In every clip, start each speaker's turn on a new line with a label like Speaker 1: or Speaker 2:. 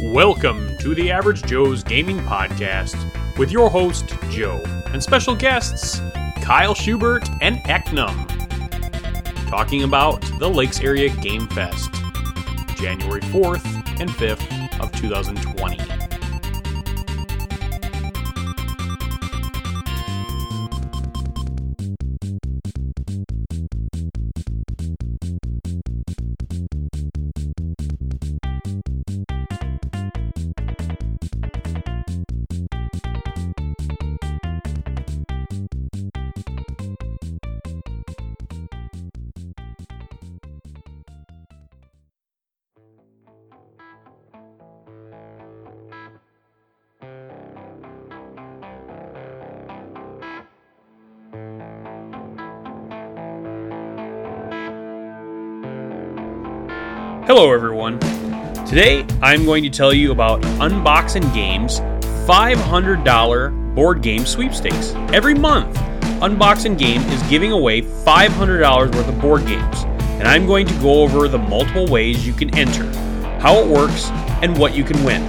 Speaker 1: Welcome to the Average Joe's Gaming Podcast with your host, Joe, and special guests, Kyle Schubert and Eknum, talking about the Lakes Area Game Fest, January 4th and 5th of 2020. Hello, everyone. Today, I'm going to tell you about Unboxing Games' $500 board game sweepstakes. Every month, Unboxing Game is giving away $500 worth of board games, and I'm going to go over the multiple ways you can enter, how it works, and what you can win.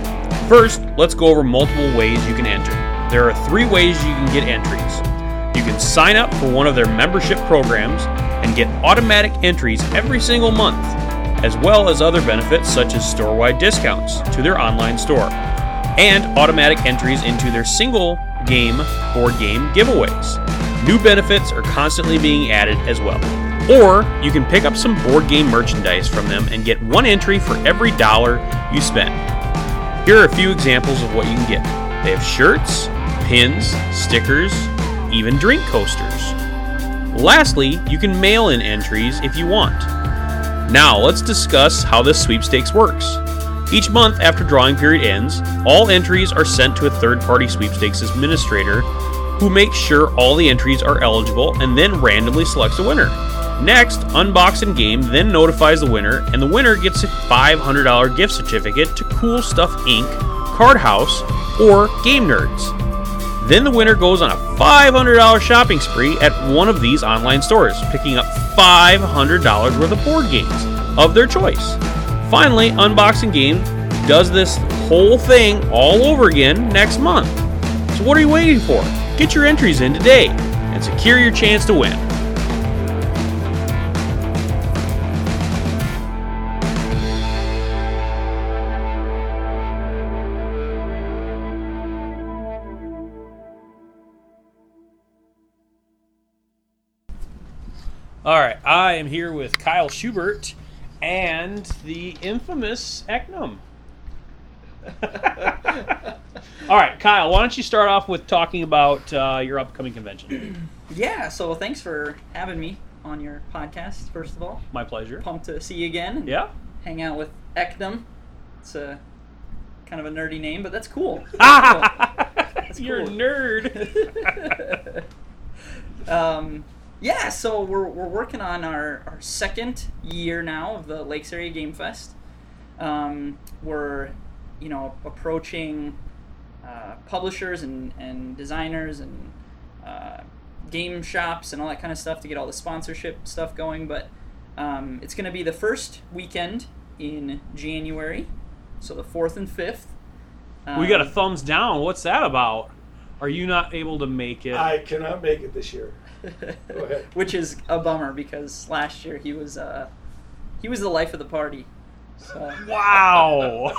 Speaker 1: First, let's go over multiple ways you can enter. There are three ways you can get entries. You can sign up for one of their membership programs and get automatic entries every single month, as well as other benefits such as store wide discounts to their online store and automatic entries into their single game board game giveaways. New benefits are constantly being added as well. Or you can pick up some board game merchandise from them and get one entry for every dollar you spend. Here are a few examples of what you can get. They have shirts, pins, stickers, even drink coasters. Lastly, you can mail in entries if you want. Now, let's discuss how this sweepstakes works. Each month after drawing period ends, all entries are sent to a third party sweepstakes administrator who makes sure all the entries are eligible and then randomly selects a winner. Next, Unbox and Game then notifies the winner, and the winner gets a $500 gift certificate to Cool Stuff Inc., Card House, or Game Nerds. Then the winner goes on a $500 shopping spree at one of these online stores, picking up $500 worth of board games of their choice. Finally, Unboxing Game does this whole thing all over again next month. So, what are you waiting for? Get your entries in today and secure your chance to win. All right, I am here with Kyle Schubert and the infamous Eknum. All right, Kyle, why don't you start off with talking about uh, your upcoming convention?
Speaker 2: Yeah, so thanks for having me on your podcast, first of all.
Speaker 1: My pleasure.
Speaker 2: Pumped to see you again. and
Speaker 1: Yeah.
Speaker 2: Hang out with Ekdom. It's a kind of a nerdy name, but that's cool.
Speaker 1: You're a
Speaker 2: cool.
Speaker 1: nerd.
Speaker 2: um, yeah, so we're, we're working on our, our second year now of the Lakes Area Game Fest. Um, we're, you know, approaching uh, publishers and, and designers and uh, game shops and all that kind of stuff to get all the sponsorship stuff going. But um, it's going to be the first weekend in January, so the 4th and 5th.
Speaker 1: we got a
Speaker 2: Um,
Speaker 1: thumbs down. What's that about? Are you not able to make it?
Speaker 3: I cannot make it this year. Go ahead.
Speaker 2: which is a bummer because last year he was uh, he was the life of the party. So,
Speaker 1: wow.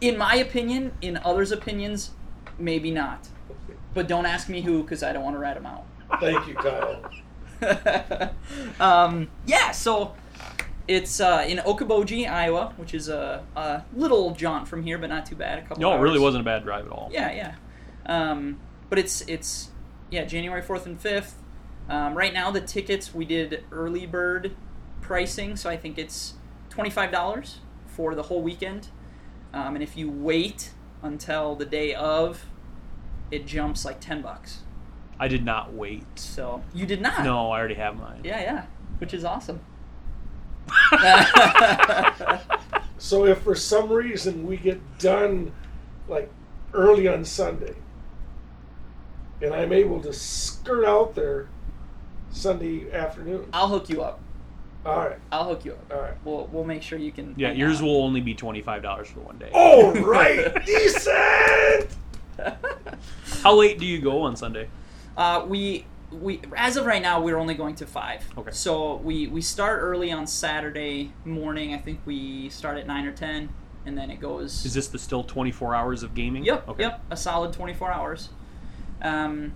Speaker 2: in my opinion, in others' opinions, maybe not. But don't ask me who because I don't want to rat him out.
Speaker 3: Thank you, Kyle.
Speaker 2: um, yeah, so it's uh, in Okoboji, Iowa, which is a, a little jaunt from here, but not too bad. A couple.
Speaker 1: no, it really
Speaker 2: hours.
Speaker 1: wasn't a bad drive at all.
Speaker 2: Yeah, yeah. Um, but it's it's yeah January fourth and fifth. Um, right now the tickets we did early bird pricing, so I think it's twenty five dollars for the whole weekend. Um, and if you wait until the day of, it jumps like ten bucks.
Speaker 1: I did not wait.
Speaker 2: So you did not.
Speaker 1: No, I already have mine.
Speaker 2: Yeah, yeah. Which is awesome.
Speaker 3: So if for some reason we get done like early on Sunday, and I'm able to skirt out there Sunday afternoon,
Speaker 2: Uh, I'll hook you up.
Speaker 3: All right.
Speaker 2: I'll hook you up.
Speaker 3: All right.
Speaker 2: We'll we'll make sure you can.
Speaker 1: Yeah,
Speaker 2: hang
Speaker 1: yours
Speaker 2: out.
Speaker 1: will only be twenty five dollars for one day.
Speaker 2: Oh!
Speaker 3: All right. Decent.
Speaker 1: How late do you go on Sunday?
Speaker 2: Uh, we we as of right now we're only going to five.
Speaker 1: Okay.
Speaker 2: So we we start early on Saturday morning. I think we start at nine or ten, and then it goes.
Speaker 1: Is this the still twenty four hours of gaming?
Speaker 2: Yep.
Speaker 1: Okay.
Speaker 2: Yep. A solid 24 hours. Um,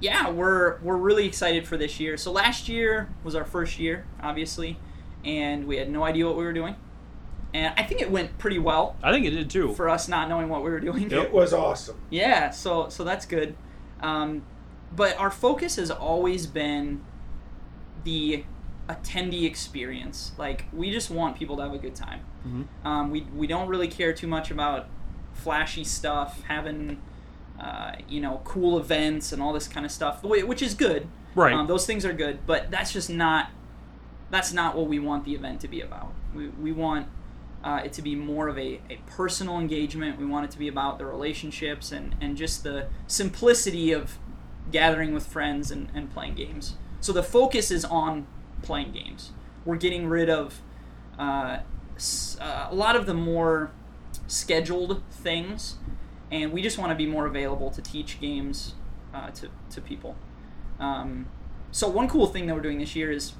Speaker 2: yeah, we're we're really excited for this year. So last year was our first year, obviously, and we had no idea what we were doing. And I think it went pretty well
Speaker 1: I think it did too.
Speaker 2: for us not knowing what we were doing.
Speaker 1: Oh. Yep.
Speaker 3: It was awesome.
Speaker 2: Yeah, so so that's good. Um, but our focus has always been the attendee experience. Like we just want people to have a good time.
Speaker 1: Mhm.
Speaker 2: Um, we we don't really care too much about flashy stuff, having uh, you know cool events and all this kind of stuff, wh- which is good.
Speaker 1: Right.
Speaker 2: Um, those things are good, but that's just not that's not what we want the event to be about. We we want uh, it to be more of a, a personal engagement. We want it to be about the relationships and, and just the simplicity of gathering with friends and, and playing games. So the focus is on playing games. We're getting rid of uh, s- uh, a lot of the more scheduled things, and we just want to be more available to teach games uh, to, to people. Um, so, one cool thing that we're doing this year is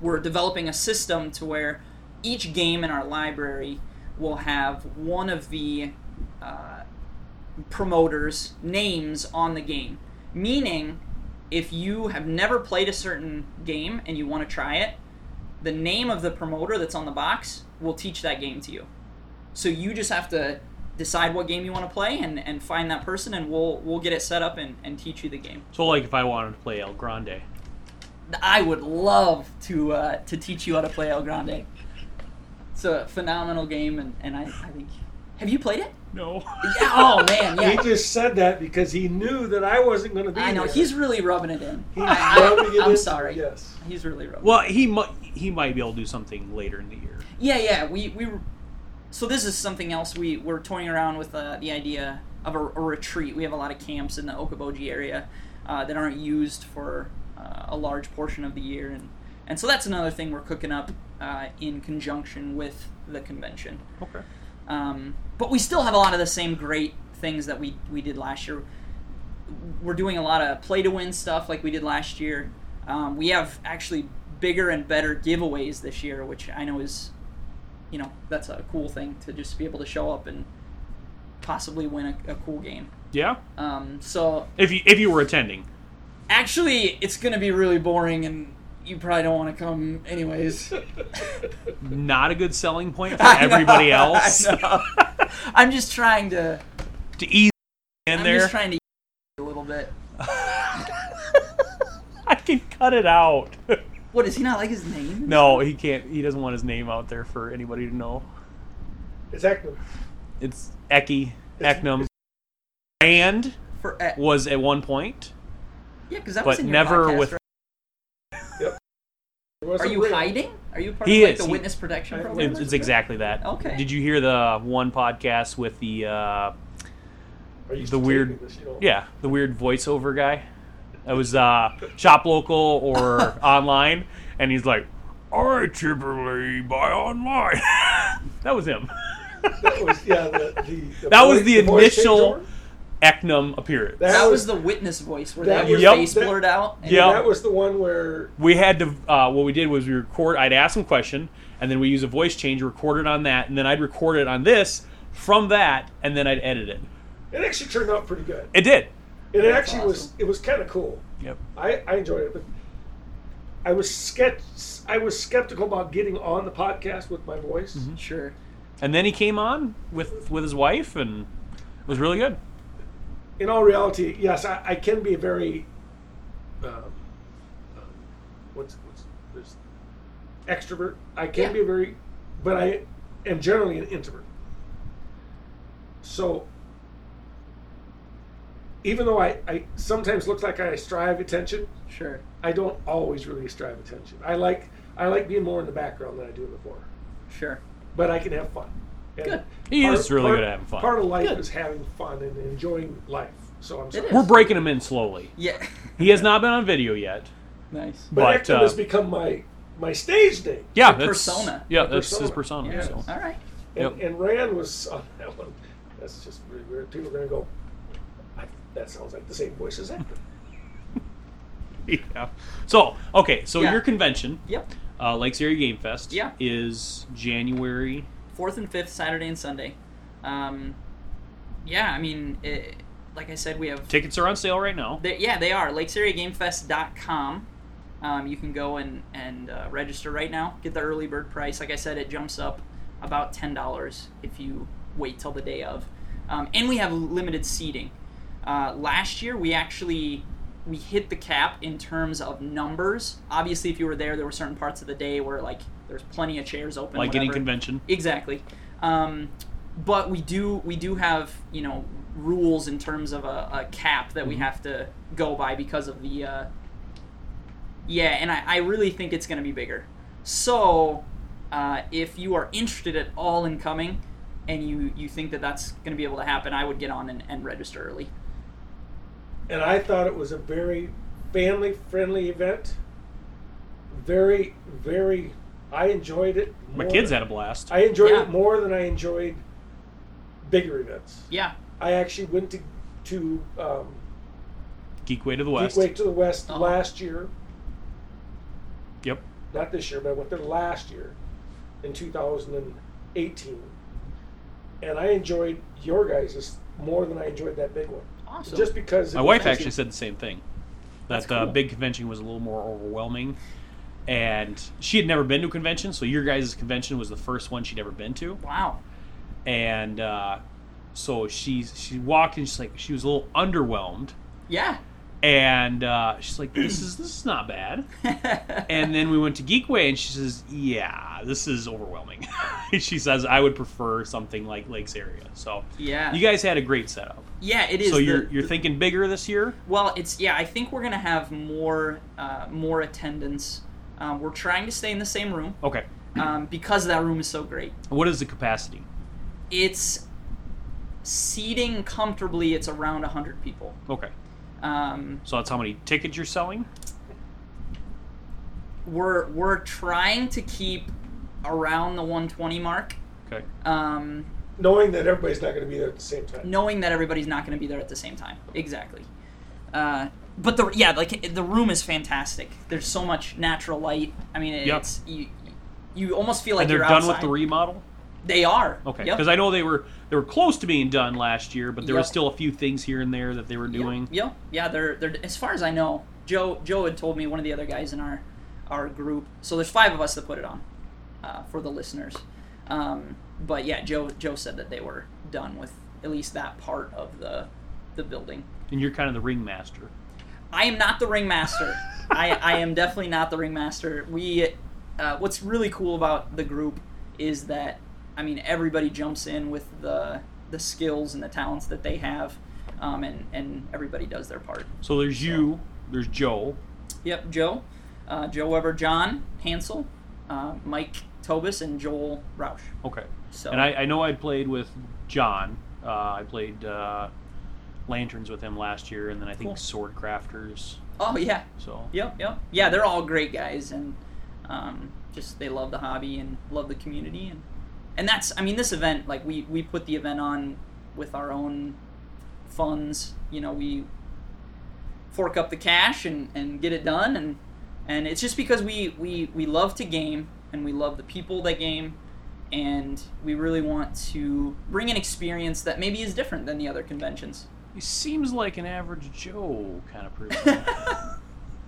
Speaker 2: we're developing a system to where each game in our library will have one of the uh, promoters' names on the game. Meaning, if you have never played a certain game and you want to try it, the name of the promoter that's on the box will teach that game to you. So you just have to decide what game you want to play and, and find that person, and we'll we'll get it set up and, and teach you the game.
Speaker 1: So like if I wanted to play El Grande.
Speaker 2: I would love to uh, to teach you how to play El Grande. It's a phenomenal game, and, and I, I think. Have you played it?
Speaker 1: No.
Speaker 2: Yeah. Oh man,
Speaker 3: He
Speaker 2: yeah.
Speaker 3: just said that because he knew that I wasn't going to be
Speaker 2: I know
Speaker 3: there.
Speaker 2: he's really rubbing it in.
Speaker 3: He's
Speaker 2: I- I-
Speaker 3: rubbing it
Speaker 2: I'm
Speaker 3: in-
Speaker 2: sorry.
Speaker 3: Yes.
Speaker 2: He's really rubbing.
Speaker 1: Well, he might he might be able to do something later in the year.
Speaker 2: Yeah, yeah. We we. were- So this is something else. We we're toying around with uh, the idea of a, a retreat. We have a lot of camps in the Okoboji area uh, that aren't used for uh, a large portion of the year, and and so that's another thing we're cooking up uh, in conjunction with the convention.
Speaker 1: Okay.
Speaker 2: Um, but we still have a lot of the same great things that we, we did last year. We're doing a lot of play to win stuff like we did last year. Um, we have actually bigger and better giveaways this year, which I know is, you know, that's a cool thing to just be able to show up and possibly win a, a cool game.
Speaker 1: Yeah.
Speaker 2: Um, so
Speaker 1: If you if you were attending.
Speaker 2: actually, it's going to be really boring and you probably don't want to come anyways.
Speaker 1: Not a good selling point for
Speaker 2: I know,
Speaker 1: everybody
Speaker 2: I
Speaker 1: else.
Speaker 2: know. I'm just trying to.
Speaker 1: to ease in
Speaker 2: I'm
Speaker 1: there.
Speaker 2: just trying to a little bit.
Speaker 1: I can cut it out.
Speaker 2: What does he not like his name?
Speaker 1: no, he can't. He doesn't want his name out there for anybody to know.
Speaker 3: It's active.
Speaker 1: It's Eki Eknum. And
Speaker 2: For eh,
Speaker 1: was at one point,
Speaker 2: yeah, because that was
Speaker 1: but
Speaker 2: in your
Speaker 1: never
Speaker 2: podcast,
Speaker 1: with.
Speaker 2: right?
Speaker 3: It wasn't
Speaker 2: Are you
Speaker 3: real.
Speaker 2: hiding? Are you part
Speaker 1: He
Speaker 2: of like
Speaker 1: is,
Speaker 2: the
Speaker 1: he-
Speaker 2: witness protection
Speaker 3: I-
Speaker 2: program?
Speaker 1: It's, it's exactly that.
Speaker 2: Okay.
Speaker 1: Did you hear the one podcast with the uh,
Speaker 3: Are you
Speaker 1: the weird-
Speaker 3: taping this, you know?
Speaker 1: yeah the weird voiceover guy? That was uh, shop local or online, and he's like, "I typically buy online." that was him.
Speaker 3: That was yeah. The, the, the
Speaker 1: That was
Speaker 3: voice-
Speaker 1: the
Speaker 3: voice
Speaker 1: initial-
Speaker 3: changeover.
Speaker 1: Eknum appearance.
Speaker 3: That,
Speaker 2: that
Speaker 3: was,
Speaker 2: was the witness voice where they
Speaker 3: that
Speaker 2: have your
Speaker 1: was- Yep.
Speaker 2: face
Speaker 3: that-
Speaker 2: blurred out. and-
Speaker 1: Yep.
Speaker 3: that was the one where
Speaker 1: we had to uh, what we did was we record i'd ask him a question and then we use a voice change record it on that and then i'd record it on this from that and then i'd edit it
Speaker 3: it actually turned out pretty good.
Speaker 1: it did
Speaker 3: And it
Speaker 2: That's
Speaker 3: actually was
Speaker 2: awesome.
Speaker 3: it was kind of cool.
Speaker 1: yep
Speaker 3: I, I enjoyed it, but I was skept, I was skeptical about getting on the podcast with my voice.
Speaker 1: Mm-hmm.
Speaker 2: Sure.
Speaker 1: and then he came on with with his wife and it was really good
Speaker 3: In all reality, yes, I, I can be very um, um, what's what's there's extrovert. I can
Speaker 2: Yeah.
Speaker 3: be very, but I am generally an introvert. So even though I, I sometimes look like I strive attention,
Speaker 2: Sure.
Speaker 3: I don't always really strive attention. I like I like being more in the background than I do in the fore.
Speaker 2: Sure.
Speaker 3: but I can have fun. And
Speaker 2: Good.
Speaker 1: He is really good at having fun.
Speaker 3: Part of life
Speaker 2: Good.
Speaker 3: is having fun and enjoying life. So I'm sorry.
Speaker 2: is.
Speaker 1: we're breaking him in slowly
Speaker 2: Yeah.
Speaker 1: he has not been on video yet
Speaker 2: nice.
Speaker 3: But,
Speaker 1: But,
Speaker 3: acting
Speaker 1: uh,
Speaker 3: has become my my stage name.
Speaker 1: Yeah,
Speaker 2: Your
Speaker 1: that's
Speaker 2: persona.
Speaker 1: Yeah,
Speaker 3: Your
Speaker 1: that's his
Speaker 3: persona.
Speaker 1: persona.
Speaker 3: Yeah.
Speaker 1: um, So.
Speaker 2: All right.
Speaker 1: Yep.
Speaker 3: And, and Rand was on that one. That's just really weird. People are going to go, I, that sounds like the same voice as Hector.
Speaker 1: Yeah. So okay, so
Speaker 2: Yeah.
Speaker 1: your convention,
Speaker 2: Yep.
Speaker 1: uh, Lakes Area Game Fest,
Speaker 2: Yeah.
Speaker 1: is January.
Speaker 2: fourth and fifth Saturday and Sunday. Um, yeah, I mean, it, like I said, we have.
Speaker 1: Tickets are on sale right now.
Speaker 2: They, yeah, they are LakesAreaGameFest.com. Um, you can go and and uh, register right now. Get the early bird price. Like I said, it jumps up about ten dollars if you wait till the day of. Um, and we have limited seating. Uh, last year, we actually we hit the cap in terms of numbers. Obviously, if you were there, there were certain parts of the day where like there's plenty of chairs open.
Speaker 1: like any
Speaker 2: whatever.
Speaker 1: convention.
Speaker 2: Exactly. Um, but we do we do have you know rules in terms of a, a cap that
Speaker 1: Mm-hmm.
Speaker 2: we have to go by because of the uh, yeah, and I, I really think it's going to be bigger. So uh, if you are interested at all in coming and you you think that that's going to be able to happen, I would get on and, and register early.
Speaker 3: And I thought it was a very family friendly event. Very, very, I enjoyed it.
Speaker 1: My
Speaker 3: more-
Speaker 1: kids had a blast.
Speaker 3: I enjoyed
Speaker 2: Yeah.
Speaker 3: it more than I enjoyed bigger events.
Speaker 2: Yeah,
Speaker 3: I actually went to, to um,
Speaker 1: Geekway to the West.
Speaker 3: Geekway to the West
Speaker 2: Uh-huh.
Speaker 3: last year.
Speaker 1: Yep.
Speaker 3: not this year, but I went there last year in 2018. And I enjoyed your guys' more than I enjoyed that big one.
Speaker 2: awesome.
Speaker 3: Just because. it
Speaker 1: My
Speaker 3: was
Speaker 1: wife
Speaker 3: just-
Speaker 1: actually said the same thing. That
Speaker 2: That's
Speaker 1: the
Speaker 2: cool.
Speaker 1: big convention was a little more overwhelming. And she had never been to a convention, so your guys' convention was the first one she'd ever been to.
Speaker 2: wow.
Speaker 1: And uh, so she she walked in, she's like she was a little underwhelmed,
Speaker 2: Yeah.
Speaker 1: and uh, she's like, "This is this is not bad." And then we went to Geekway, and she says, "Yeah, this is overwhelming." she says, "I would prefer something like Lakes Area." So
Speaker 2: yeah.
Speaker 1: you guys had a great setup.
Speaker 2: yeah, it is.
Speaker 1: So
Speaker 2: the-
Speaker 1: you're
Speaker 2: the-
Speaker 1: you're thinking bigger this year?
Speaker 2: Well, it's yeah. I think we're gonna have more uh, more attendance. Um, we're trying to stay in the same room
Speaker 1: Okay.
Speaker 2: um, because that room is so great.
Speaker 1: What is the capacity?
Speaker 2: It's seating comfortably. It's around hundred people.
Speaker 1: Okay.
Speaker 2: Um,
Speaker 1: So that's how many tickets you're selling?
Speaker 2: we're we're trying to keep around the 120 mark,
Speaker 1: Okay.
Speaker 2: um,
Speaker 3: Knowing that everybody's not going to be there at the same time.
Speaker 2: knowing that everybody's not going to be there at the same time. Exactly. Uh, but the yeah, like the room is fantastic. There's so much natural light. I mean,
Speaker 1: Yep.
Speaker 2: it's you. You almost feel like
Speaker 1: and they're
Speaker 2: you're
Speaker 1: done
Speaker 2: outside.
Speaker 1: with the remodel?
Speaker 2: They are.
Speaker 1: Okay.
Speaker 2: Yep.
Speaker 1: Because I know they were they were close to being done last year, but there were
Speaker 2: Yep.
Speaker 1: still a few things here and there that they were doing.
Speaker 2: Yeah, yeah. They're they're as far as I know. Joe Joe had told me one of the other guys in our our group. So there's five of us that put it on uh, for the listeners. Um, but yeah, Joe Joe said that they were done with at least that part of the the building.
Speaker 1: And you're kind of the ringmaster.
Speaker 2: I am not the ringmaster. I, I am definitely not the ringmaster. We, uh, what's really cool about the group is that, I mean, everybody jumps in with the the skills and the talents that they have, um, and and everybody does their part.
Speaker 1: So there's you, there's Joe,
Speaker 2: Yep, Joe, uh, Joe Weber, John Hansel, uh, Mike Tobis, and Joel Roush.
Speaker 1: Okay.
Speaker 2: So-
Speaker 1: and I, I know I played with John. Uh, I played uh, Lanterns with him last year, and then I think
Speaker 2: Cool.
Speaker 1: Sword Crafters.
Speaker 2: Oh yeah,
Speaker 1: So
Speaker 2: Yep, yep. Yeah, they're all great guys, and um, just they love the hobby and love the community, and and that's I mean this event like we we put the event on with our own funds. You know we fork up the cash and and get it done, and and it's just because we we we love to game and we love the people that game. And we really want to bring an experience that maybe is different than the other conventions.
Speaker 1: he seems like an average Joe kind of person.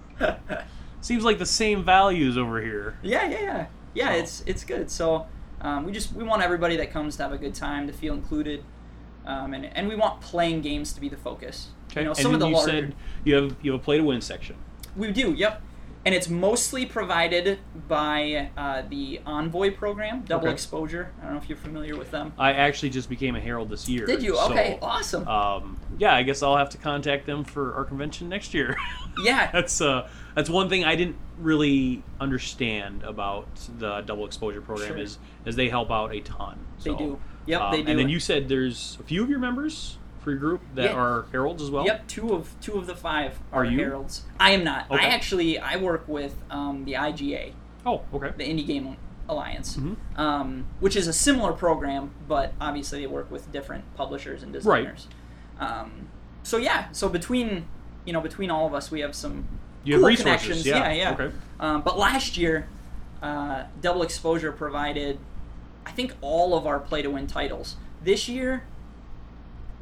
Speaker 1: seems like the same values over here.
Speaker 2: Yeah, yeah, yeah. Yeah,
Speaker 1: So-
Speaker 2: it's it's good. So um, we just we want everybody that comes to have a good time, to feel included, um, and and we want playing games to be the focus.
Speaker 1: Okay.
Speaker 2: You know,
Speaker 1: and
Speaker 2: some of
Speaker 1: then
Speaker 2: the
Speaker 1: you
Speaker 2: larger
Speaker 1: said you have you have a play to win section.
Speaker 2: we do, yep. And it's mostly provided by uh, the Envoy program, Double
Speaker 1: Okay.
Speaker 2: Exposure. I don't know if you're familiar with them.
Speaker 1: I actually just became a herald this year.
Speaker 2: Did you?
Speaker 1: so,
Speaker 2: Okay, awesome.
Speaker 1: Um, yeah, I guess I'll have to contact them for our convention next year.
Speaker 2: yeah,
Speaker 1: that's uh that's one thing I didn't really understand about the double exposure program
Speaker 2: Sure.
Speaker 1: is is they help out a ton.
Speaker 2: they
Speaker 1: So,
Speaker 2: do. Yep,
Speaker 1: um,
Speaker 2: they do.
Speaker 1: And then you said there's a few of your members for your group that
Speaker 2: Yeah.
Speaker 1: are heralds as well.
Speaker 2: Yep, two of two of the five
Speaker 1: Are
Speaker 2: are,
Speaker 1: you?
Speaker 2: heralds. I am not.
Speaker 1: Okay.
Speaker 2: I actually I work with um, the IGA.
Speaker 1: Oh, okay.
Speaker 2: the Indie Game Alliance,
Speaker 1: Mhm.
Speaker 2: um, which is a similar program, but obviously they work with different publishers and designers. Um, so yeah, so between you know between all of us, we have some
Speaker 1: You have
Speaker 2: cool
Speaker 1: resources,
Speaker 2: connections.
Speaker 1: yeah,
Speaker 2: yeah.
Speaker 1: okay.
Speaker 2: Um, but last year, uh, Double Exposure provided, I think, all of our play to win titles. This year,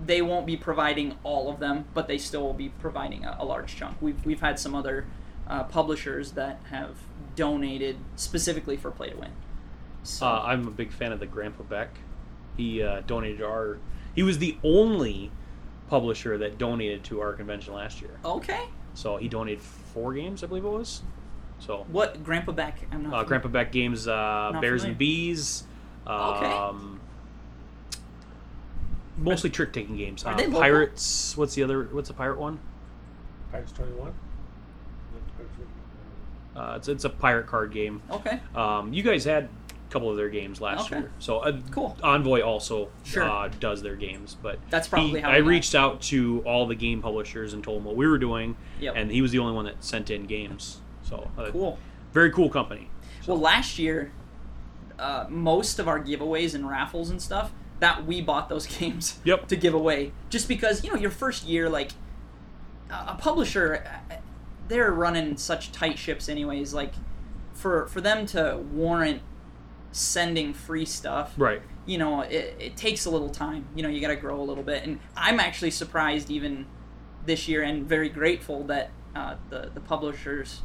Speaker 2: they won't be providing all of them, but they still will be providing a, a large chunk. We've, we've had some other uh, publishers that have donated specifically for play to win. So,
Speaker 1: Uh, I'm a big fan of the Grandpa Beck. He uh, donated to our. He was the only publisher that donated to our convention last year.
Speaker 2: okay.
Speaker 1: So he donated four games, I believe it was. So
Speaker 2: What Grandpa Beck?
Speaker 1: uh,
Speaker 2: I'm not. familiar.
Speaker 1: Grandpa Beck games, uh,
Speaker 2: Not
Speaker 1: Bears
Speaker 2: familiar.
Speaker 1: and Bees.
Speaker 2: Okay.
Speaker 1: Um, Mostly trick taking games.
Speaker 2: Are
Speaker 1: Uh,
Speaker 2: they local?
Speaker 1: Pirates. What's the other? What's the pirate one?
Speaker 3: Pirates 21.
Speaker 1: Uh, it's it's a pirate card game.
Speaker 2: Okay.
Speaker 1: Um, you guys had a couple of their games last
Speaker 2: Okay.
Speaker 1: year, so uh,
Speaker 2: Cool.
Speaker 1: Envoy also
Speaker 2: Sure.
Speaker 1: uh, does their games, but
Speaker 2: That's
Speaker 1: he-
Speaker 2: probably how
Speaker 1: I
Speaker 2: we met.
Speaker 1: reached out to all the game publishers and told them what we were doing,
Speaker 2: Yep.
Speaker 1: and he was the only one that sent in games. So uh,
Speaker 2: Cool.
Speaker 1: very cool company.
Speaker 2: Well, last year, uh, most of our giveaways and raffles and stuff that we bought those games
Speaker 1: Yep.
Speaker 2: to give away, just because you know your first year, like a a publisher, uh, they're running such tight ships anyways. Like for for them to warrant sending free stuff,
Speaker 1: Right.
Speaker 2: you know, it, it takes a little time. You know, you got to grow a little bit. And I'm actually surprised even this year and very grateful that uh, the, the publishers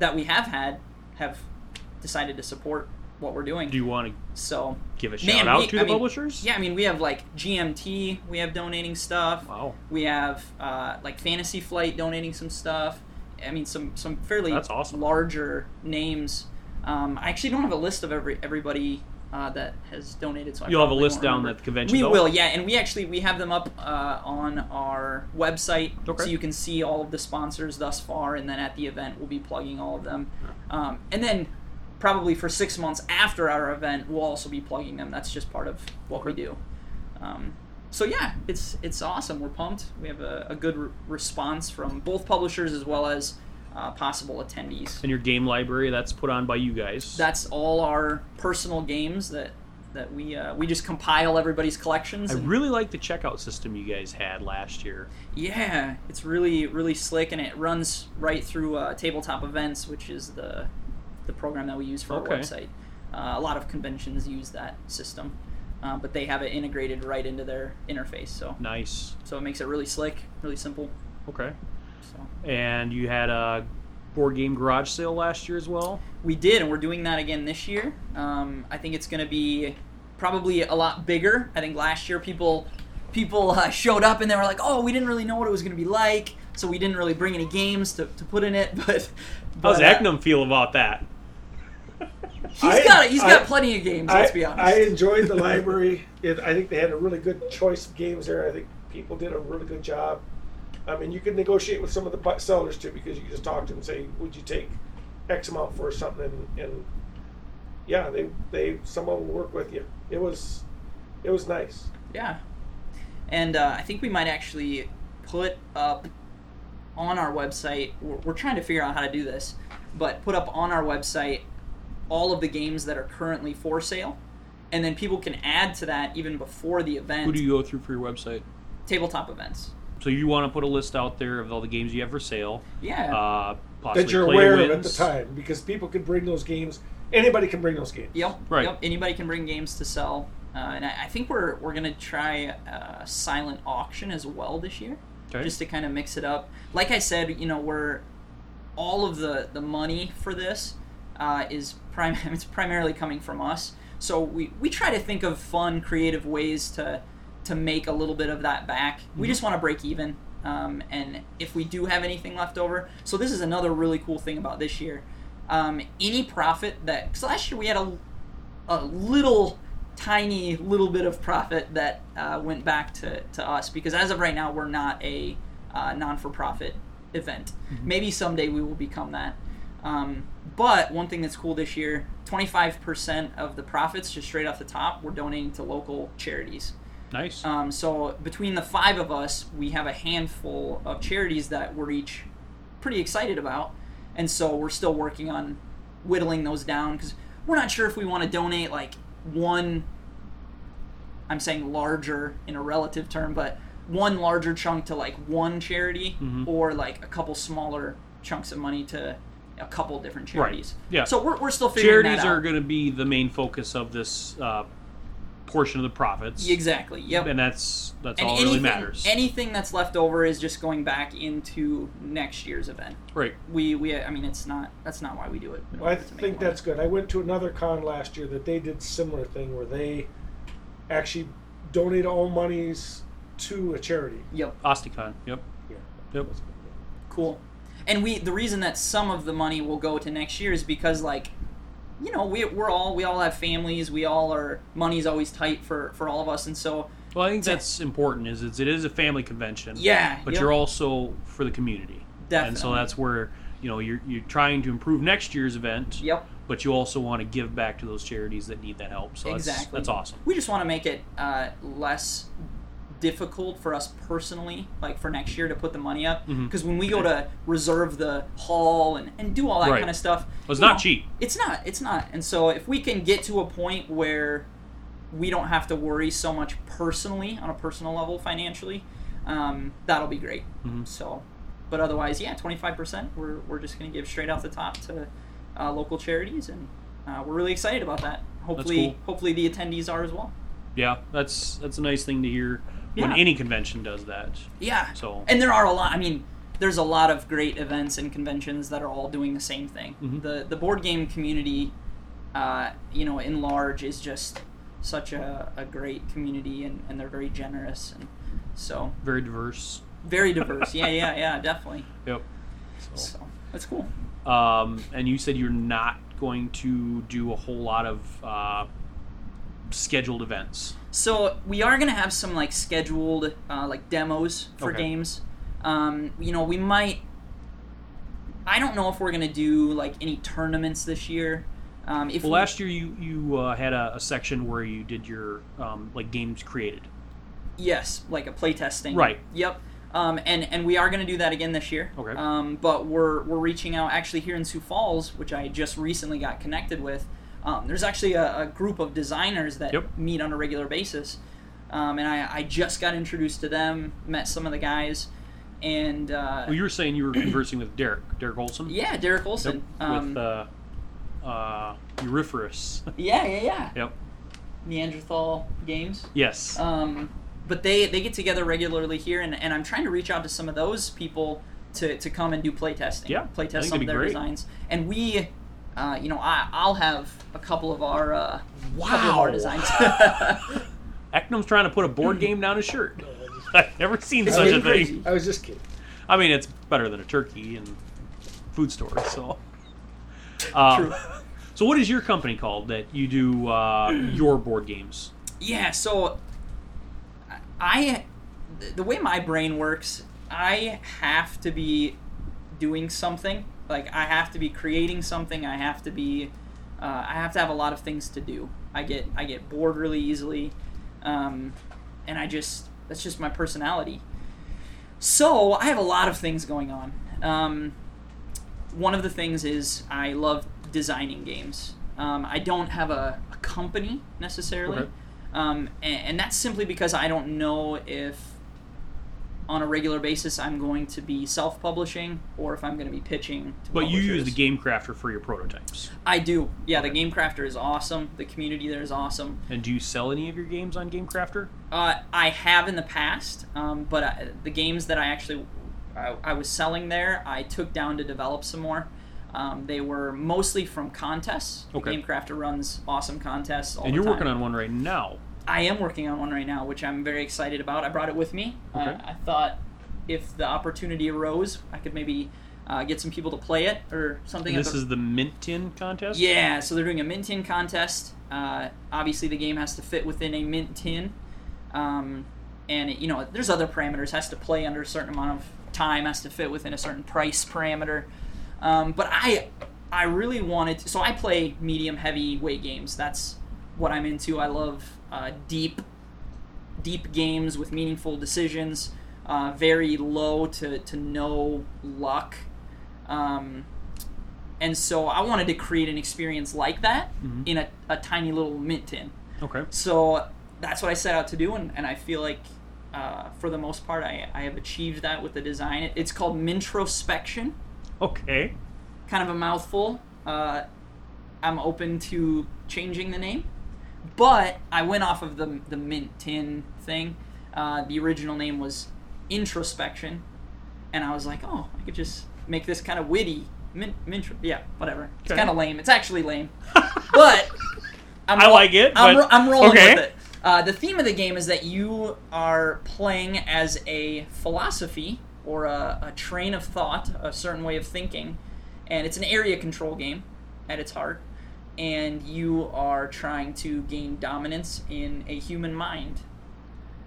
Speaker 2: that we have had have decided to support what we're doing.
Speaker 1: Do you want to
Speaker 2: so,
Speaker 1: give a shout
Speaker 2: man,
Speaker 1: out
Speaker 2: we-
Speaker 1: to
Speaker 2: I
Speaker 1: the
Speaker 2: mean,
Speaker 1: publishers?
Speaker 2: yeah, I mean, we have like GMT, we have donating stuff.
Speaker 1: Wow,
Speaker 2: We have uh, like Fantasy Flight donating some stuff. I mean, some some fairly
Speaker 1: That's awesome.
Speaker 2: larger names. Um, I actually don't have a list of every everybody uh, that has donated. So I
Speaker 1: you'll have a
Speaker 2: probably
Speaker 1: list
Speaker 2: won't
Speaker 1: down
Speaker 2: remember.
Speaker 1: at the convention.
Speaker 2: We
Speaker 1: though?
Speaker 2: will, yeah, and we actually we have them up uh, on our website,
Speaker 1: Okay.
Speaker 2: so you can see all of the sponsors thus far, and then at the event we'll be plugging all of them, um, and then probably for six months after our event we'll also be plugging them. That's just part of what we do. Um, so yeah, it's it's awesome. We're pumped. We have a, a good re- response from both publishers as well as uh, possible attendees.
Speaker 1: And your game library that's put on by you guys.
Speaker 2: That's all our personal games that that we uh, we just compile everybody's collections.
Speaker 1: I
Speaker 2: and-
Speaker 1: really like the checkout system you guys had last year.
Speaker 2: Yeah, it's really really slick, and it runs right through uh, Tabletop Events, which is the the program that we use for
Speaker 1: Okay.
Speaker 2: our website. Uh, a lot of conventions use that system, uh, but they have it integrated right into their interface, so
Speaker 1: Nice.
Speaker 2: so it makes it really slick, really simple.
Speaker 1: Okay.
Speaker 2: So
Speaker 1: And you had a board game garage sale last year as well.
Speaker 2: we did, and we're doing that again this year. Um, I think it's going to be probably a lot bigger. I think last year people people uh, showed up and they were like, "Oh, we didn't really know what it was going to be like." So we didn't really bring any games to, to put in it, but, but
Speaker 1: How's
Speaker 2: uh,
Speaker 1: Egnum feel about that?
Speaker 2: He's
Speaker 3: I-
Speaker 2: got he's got
Speaker 3: I-
Speaker 2: plenty of games.
Speaker 3: I,
Speaker 2: Let's be honest.
Speaker 3: I enjoyed the library. It, I think they had a really good choice of games there. I think people did a really good job. I mean, you could negotiate with some of the bu- sellers too because you could just talk to them and say, "Would you take X amount for something?" And, and yeah, they they some of them work with you. It was it was nice.
Speaker 2: yeah, and uh, I think we might actually put up on our website. We're, we're trying to figure out how to do this, but put up on our website all of the games that are currently for sale, and then people can add to that even before the event.
Speaker 1: Who do you go through for your website?
Speaker 2: tabletop events?
Speaker 1: So you want to put a list out there of all the games you have for sale.
Speaker 2: Yeah.
Speaker 1: Uh, possibly
Speaker 3: That you're
Speaker 1: player
Speaker 3: aware
Speaker 1: wins.
Speaker 3: of at the time because people can bring those games. Anybody can bring those games.
Speaker 2: Yep.
Speaker 1: Right.
Speaker 2: Yep. Anybody can bring games to sell, uh, and I, I think we're we're gonna try a silent auction as well this year,
Speaker 1: Okay.
Speaker 2: just to kind of mix it up. Like I said, you know, we're all of the the money for this uh, is prim- it's primarily coming from us. So we we try to think of fun, creative ways to to make a little bit of that back. We just want to break even. Um, and if we do have anything left over, so this is another really cool thing about this year. Um, any profit that, because last year we had a a little tiny little bit of profit that uh, went back to, to us because as of right now we're not a uh, non-for-profit event maybe someday we will become that um, but one thing that's cool this year 25% of the profits just straight off the top we're donating to local charities
Speaker 1: Nice.
Speaker 2: um, so between the five of us, we have a handful of charities that we're each pretty excited about, and so we're still working on whittling those down because we're not sure if we want to donate like one. I'm saying larger in a relative term, but one larger chunk to like one charity
Speaker 1: Mhm.
Speaker 2: or like a couple smaller chunks of money to a couple different charities.
Speaker 1: yeah.
Speaker 2: So we're, we're still figuring
Speaker 1: Charities
Speaker 2: that out.
Speaker 1: are going to be the main focus of this uh, portion of the profits,
Speaker 2: exactly. Yep.
Speaker 1: and that's that's
Speaker 2: And
Speaker 1: all that really
Speaker 2: anything,
Speaker 1: matters.
Speaker 2: anything that's left over is just going back into next year's event.
Speaker 1: right.
Speaker 2: We we I mean it's not that's not why we do it. We
Speaker 3: I
Speaker 2: want to make
Speaker 3: think
Speaker 2: money.
Speaker 3: that's good. I went to another con last year that they did similar thing where they actually donate all monies to a charity.
Speaker 2: yep.
Speaker 1: Osticon. Yep.
Speaker 3: Yeah.
Speaker 1: Yep.
Speaker 2: Cool. And we the reason that some of the money will go to next year is because like you know, we we're all we all have families, we all are money's always tight for for all of us and so
Speaker 1: Well, I think that's important. Is it's, it is a family convention.
Speaker 2: yeah,
Speaker 1: But
Speaker 2: yep,
Speaker 1: you're also for the community. And so
Speaker 2: definitely.
Speaker 1: that's where you know you're you're trying to improve next year's event.
Speaker 2: Yep.
Speaker 1: But you also want to give back to those charities that need that help. So that's
Speaker 2: Exactly.
Speaker 1: that's awesome.
Speaker 2: We just want to make it uh, less difficult for us personally, like for next year to put the money up.
Speaker 1: Mhm.
Speaker 2: Because when we go to reserve the hall and, and do all that
Speaker 1: Right.
Speaker 2: kind of stuff,
Speaker 1: Well, it's
Speaker 2: you
Speaker 1: not
Speaker 2: know,
Speaker 1: cheap.
Speaker 2: It's not. It's not. And so if we can get to a point where we don't have to worry so much personally on a personal level financially, um, that'll be great.
Speaker 1: Mhm.
Speaker 2: So, but otherwise, yeah, twenty five percent. We're we're just gonna give straight off the top to uh, local charities, and uh, we're really excited about that. Hopefully,
Speaker 1: cool.
Speaker 2: hopefully the attendees are as well.
Speaker 1: Yeah. That's that's a nice thing to hear when
Speaker 2: Yeah.
Speaker 1: any convention does that.
Speaker 2: Yeah.
Speaker 1: So
Speaker 2: And there are a lot. I mean, there's a lot of great events and conventions that are all doing the same thing.
Speaker 1: Mhm.
Speaker 2: The the board game community, uh, you know, in large is just such a, a great community, and, and they're very generous and so
Speaker 1: very diverse.
Speaker 2: very diverse. yeah, yeah, yeah, definitely.
Speaker 1: Yep. So,
Speaker 2: So that's cool.
Speaker 1: um, and you said you're not going to do a whole lot of uh, scheduled events.
Speaker 2: So we are gonna have some like scheduled uh, like demos for
Speaker 1: Okay.
Speaker 2: games. Um, you know, we might. I don't know if we're gonna do like any tournaments this year. Um, if
Speaker 1: Well,
Speaker 2: we-
Speaker 1: last year you you uh, had a, a section where you did your um, like games created.
Speaker 2: Yes, like a playtesting.
Speaker 1: Right.
Speaker 2: Yep. Um, and and we are going to do that again this year.
Speaker 1: Okay.
Speaker 2: Um, but we're we're reaching out actually here in Sioux Falls, which I just recently got connected with. Um, there's actually a, a group of designers that
Speaker 1: Yep.
Speaker 2: meet on a regular basis, um, and I, I just got introduced to them, met some of the guys, and uh,
Speaker 1: Well, you were saying you were conversing with Derek, Derek Olson.
Speaker 2: yeah, Derek
Speaker 1: Yep.
Speaker 2: Olson. Um,
Speaker 1: with uh, uh, Euryphorus.
Speaker 2: yeah, yeah, yeah.
Speaker 1: yep.
Speaker 2: Neanderthal games.
Speaker 1: Yes.
Speaker 2: Um, but they they get together regularly here, and, and I'm trying to reach out to some of those people to, to come and do playtesting.
Speaker 1: Yeah, I think
Speaker 2: playtest
Speaker 1: that'd
Speaker 2: some
Speaker 1: be
Speaker 2: of their
Speaker 1: great.
Speaker 2: designs. And we, uh, you know, I I'll have a couple of our uh, couple of
Speaker 1: Wow.
Speaker 2: our designs.
Speaker 1: Eknum's trying to put a board game down his shirt. I've never seen
Speaker 3: I
Speaker 1: such
Speaker 3: was-
Speaker 1: a thing.
Speaker 3: I was just kidding.
Speaker 1: I mean, it's better than a turkey in food stores. So. Um,
Speaker 2: True.
Speaker 1: So, what is your company called that you do uh, your board games?
Speaker 2: yeah. So I- I th- the way my brain works, I have to be doing something. Like I have to be creating something. I have to be. Uh, I have to have a lot of things to do. I get I get bored really easily, um, and I just that's just my personality. So I have a lot of things going on. Um, one of the things is I love designing games. Um, I don't have a, a company necessarily,
Speaker 1: Okay.
Speaker 2: um, a- and, and that's simply because I don't know if on a regular basis I'm going to be self-publishing or if I'm going to be pitching. To
Speaker 1: But you use
Speaker 2: publishers.
Speaker 1: the Game Crafter for your prototypes.
Speaker 2: I do. Yeah, the
Speaker 1: Okay.
Speaker 2: Game Crafter is awesome. The community there is awesome.
Speaker 1: And do you sell any of your games on Game Crafter?
Speaker 2: Uh, I have in the past, um, but I, the games that I actually I, I was selling there, I took down to develop some more. Um, they were mostly from contests.
Speaker 1: Okay.
Speaker 2: Game Crafter runs awesome contests. All
Speaker 1: and
Speaker 2: the
Speaker 1: you're
Speaker 2: time.
Speaker 1: working on one right now.
Speaker 2: I am working on one right now, which I'm very excited about. I brought it with me.
Speaker 1: Okay.
Speaker 2: Uh, I thought if the opportunity arose, I could maybe uh, get some people to play it or something.
Speaker 1: And
Speaker 2: at
Speaker 1: this
Speaker 2: the-
Speaker 1: is the Mint Tin contest?
Speaker 2: yeah, so they're doing a mint tin contest. Uh, obviously, the game has to fit within a mint tin, um, and it, you know, there's other parameters. Has to play under a certain amount of time. Has to fit within a certain price parameter. Um, but I, I really wanted. To, so I play medium heavy weight games. That's what I'm into. I love uh, deep, deep games with meaningful decisions. Uh, very low to to no luck. Um, And so I wanted to create an experience like that in a, a tiny little mint tin.
Speaker 1: Okay.
Speaker 2: So that's what I set out to do, and, and I feel like uh, for the most part I, I have achieved that with the design. It, it's called Mintrospection,
Speaker 1: Okay.
Speaker 2: kind of a mouthful. Uh, I'm open to changing the name, but I went off of the, the mint tin thing. Uh, the original name was Introspection, and I was like, oh, I could just make this kind of witty. Mint, mintro, yeah, whatever. It's
Speaker 1: Okay.
Speaker 2: kind of lame. It's actually lame, but I'm
Speaker 1: I
Speaker 2: ro-
Speaker 1: like it,
Speaker 2: I'm,
Speaker 1: but-
Speaker 2: ro- I'm rolling
Speaker 1: okay.
Speaker 2: with it. Uh, the theme of the game is that you are playing as a philosophy or a, a train of thought, a certain way of thinking, and it's an area control game at its heart. And you are trying to gain dominance in a human mind,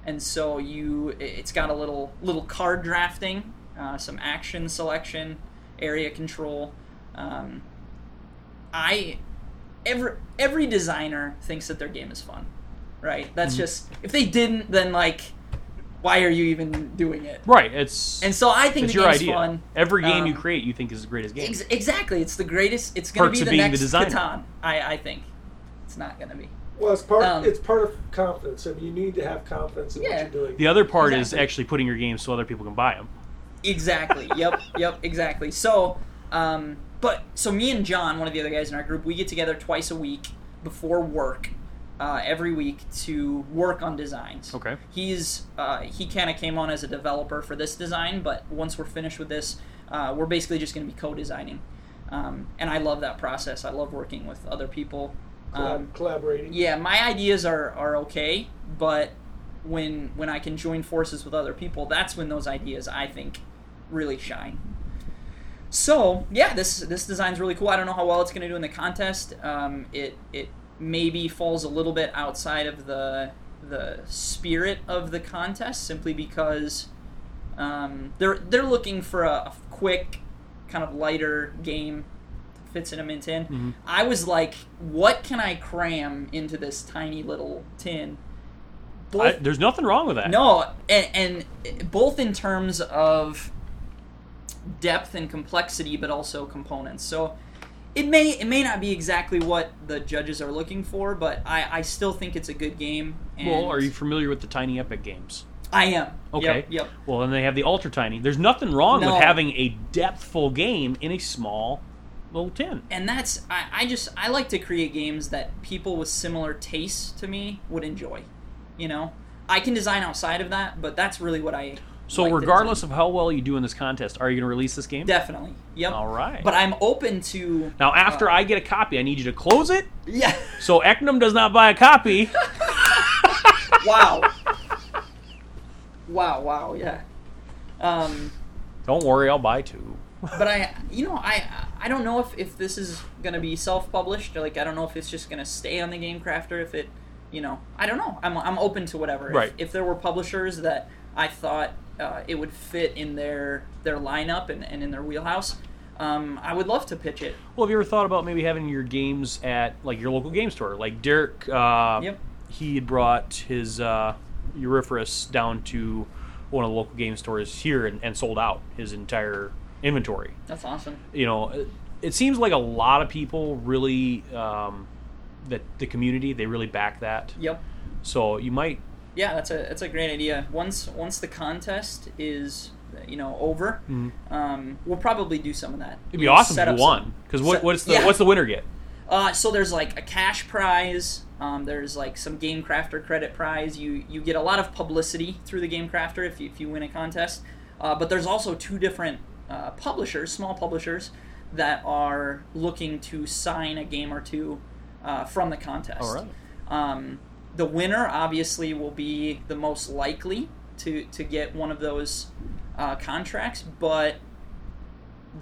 Speaker 2: and so you i- it's got a little little card drafting, uh, some action selection, area control. Um, I every every designer thinks that their game is fun, right? That's
Speaker 1: Mm-hmm.
Speaker 2: just if they didn't, then like, why are you even doing it?
Speaker 1: Right. It's
Speaker 2: And so I think
Speaker 1: it's
Speaker 2: the
Speaker 1: your
Speaker 2: game's
Speaker 1: idea.
Speaker 2: fun.
Speaker 1: Every game you
Speaker 2: Um,
Speaker 1: create, you think is the greatest game.
Speaker 2: Ex- exactly, it's the greatest. It's going to
Speaker 1: Perks
Speaker 2: be
Speaker 1: of
Speaker 2: the
Speaker 1: being the
Speaker 2: next
Speaker 1: designer.
Speaker 2: Catan. I I think it's not going to be.
Speaker 3: Well, it's part.
Speaker 2: Um,
Speaker 3: it's part of confidence. I mean, you need to have confidence in
Speaker 2: Yeah.
Speaker 3: what you're doing.
Speaker 1: the other part is
Speaker 2: Exactly.
Speaker 1: actually putting your games so other people can buy them.
Speaker 2: Exactly. yep. Yep. Exactly. So, um, but so me and John, one of the other guys in our group, we get together twice a week before work, uh, every week to work on designs.
Speaker 1: Okay.
Speaker 2: He's uh, he kind of came on as a developer for this design, but once we're finished with this, uh, we're basically just going to be co-designing. Um, and I love that process. I love working with other people.
Speaker 3: Collab-
Speaker 2: Um,
Speaker 3: collaborating.
Speaker 2: yeah my ideas are are okay but when when i can join forces with other people that's when those ideas i think really shine so yeah this this design's really cool i don't know how well it's going to do in the contest um, it it maybe falls a little bit outside of the the spirit of the contest simply because um, they're they're looking for a, a quick kind of lighter game that fits in a mint tin.
Speaker 1: Mm-hmm.
Speaker 2: I was like, what can I cram into this tiny little tin?
Speaker 1: I,
Speaker 2: Both,
Speaker 1: there's nothing wrong with that.
Speaker 2: no, and, and both in terms of depth and complexity, but also components. So it may it may not be exactly what the judges are looking for, but I, I still think it's a good game. And
Speaker 1: Well, are you familiar with the Tiny Epic games?
Speaker 2: I am.
Speaker 1: Okay.
Speaker 2: Yep. yep.
Speaker 1: Well, then they have the Ultra Tiny. There's nothing wrong
Speaker 2: No.
Speaker 1: with having a depthful game in a small little tin.
Speaker 2: and that's I, I just I like to create games that people with similar tastes to me would enjoy. You know, I can design outside of that, but that's really what I.
Speaker 1: So,
Speaker 2: like to
Speaker 1: regardless of how well you do in this contest, are you going to release this game?
Speaker 2: design. definitely, yep.
Speaker 1: All right.
Speaker 2: But Uh, I'm open to
Speaker 1: now, after I get a copy, I need you to close it
Speaker 2: yeah.
Speaker 1: so Eknum does not buy a copy.
Speaker 2: Wow. wow. Wow. Yeah. Um,
Speaker 1: Don't worry, I'll buy two.
Speaker 2: but I, you know, I I don't know if if this is gonna be self-published. Or like I don't know if it's just gonna stay on the Game Crafter. If it, you know, I don't know. I'm I'm open to whatever. If-
Speaker 1: Right.
Speaker 2: If, there were publishers that I thought uh, it would fit in their their lineup and, and in their wheelhouse, um, I would love to pitch it.
Speaker 1: Well, have you ever thought about maybe having your games at like your local game store? Like Derek, uh,
Speaker 2: Yep.
Speaker 1: he had brought his uh, Euryphorus down to one of the local game stores here and, and sold out his entire inventory.
Speaker 2: That's awesome.
Speaker 1: You know, it, it seems like a lot of people really um, that the community they really back that.
Speaker 2: Yep.
Speaker 1: So you might
Speaker 2: Yeah, that's a that's a great idea. Once once the contest is you know over, um, we'll probably do some of that.
Speaker 1: Mm-hmm. it'd be awesome if you won because what,
Speaker 2: set-
Speaker 1: what's the
Speaker 2: yeah.
Speaker 1: what's the winner get?
Speaker 2: Uh, so there's like a cash prize. Um, there's like some Game Crafter credit prize. You you get a lot of publicity through the Game Crafter if you, if you win a contest. Uh, but there's also two different uh, publishers, small publishers, that are looking to sign a game or two uh, from the contest.
Speaker 1: All right.
Speaker 2: Um, the winner obviously will be the most likely to to get one of those uh, contracts, but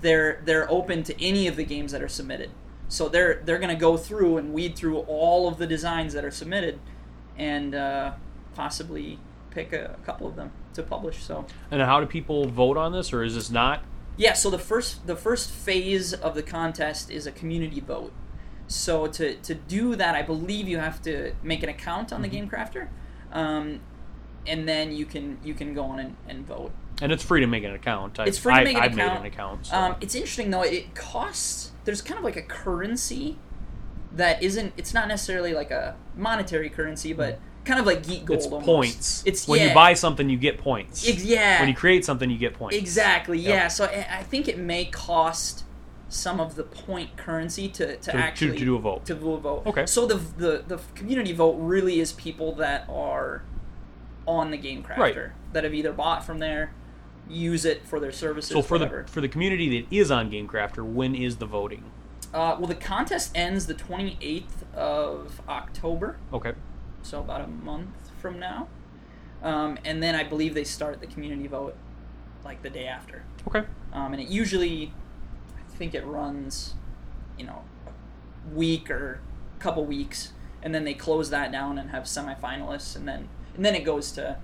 Speaker 2: they're they're open to any of the games that are submitted. So they're they're going to go through and weed through all of the designs that are submitted, and uh, possibly pick a, a couple of them to publish. So
Speaker 1: And how do people vote on this, or is this not?
Speaker 2: yeah, so the first the first phase of the contest is a community vote. So to, to do that, I believe you have to make an
Speaker 1: Mm-hmm.
Speaker 2: account on the Game Crafter, um, and then you can you can go on and, and vote.
Speaker 1: And it's free to make an account. I,
Speaker 2: It's free to
Speaker 1: I-
Speaker 2: make an
Speaker 1: I've
Speaker 2: account.
Speaker 1: made an account. So.
Speaker 2: Um, it's interesting though. It costs. There's kind of like a currency that isn't. It's not necessarily like a monetary currency, but kind of like geek gold.
Speaker 1: Mm. it's
Speaker 2: almost.
Speaker 1: points.
Speaker 2: It's
Speaker 1: when
Speaker 2: yeah.
Speaker 1: you buy something, you get points.
Speaker 2: Ex- yeah.
Speaker 1: When you create something, you get points.
Speaker 2: Exactly.
Speaker 1: Yep.
Speaker 2: Yeah. So I, I think it may cost some of the point currency to, to,
Speaker 1: to-
Speaker 2: actually
Speaker 1: to do a vote.
Speaker 2: To do a vote.
Speaker 1: Okay.
Speaker 2: So the the the community vote really is people that are on the game crafter
Speaker 1: Right.
Speaker 2: that have either bought from there, use it for their services.
Speaker 1: So for
Speaker 2: whatever.
Speaker 1: the for the community that is on GameCrafter, when is the voting?
Speaker 2: Uh, well, the contest ends the 28th of October,
Speaker 1: Okay.
Speaker 2: so about a month from now. Um, and then I believe they start the community vote like the day after.
Speaker 1: Okay.
Speaker 2: Um, and it usually, I think it runs, you know, a week or a couple weeks. And then they close that down and have semifinalists. And then, and then it goes to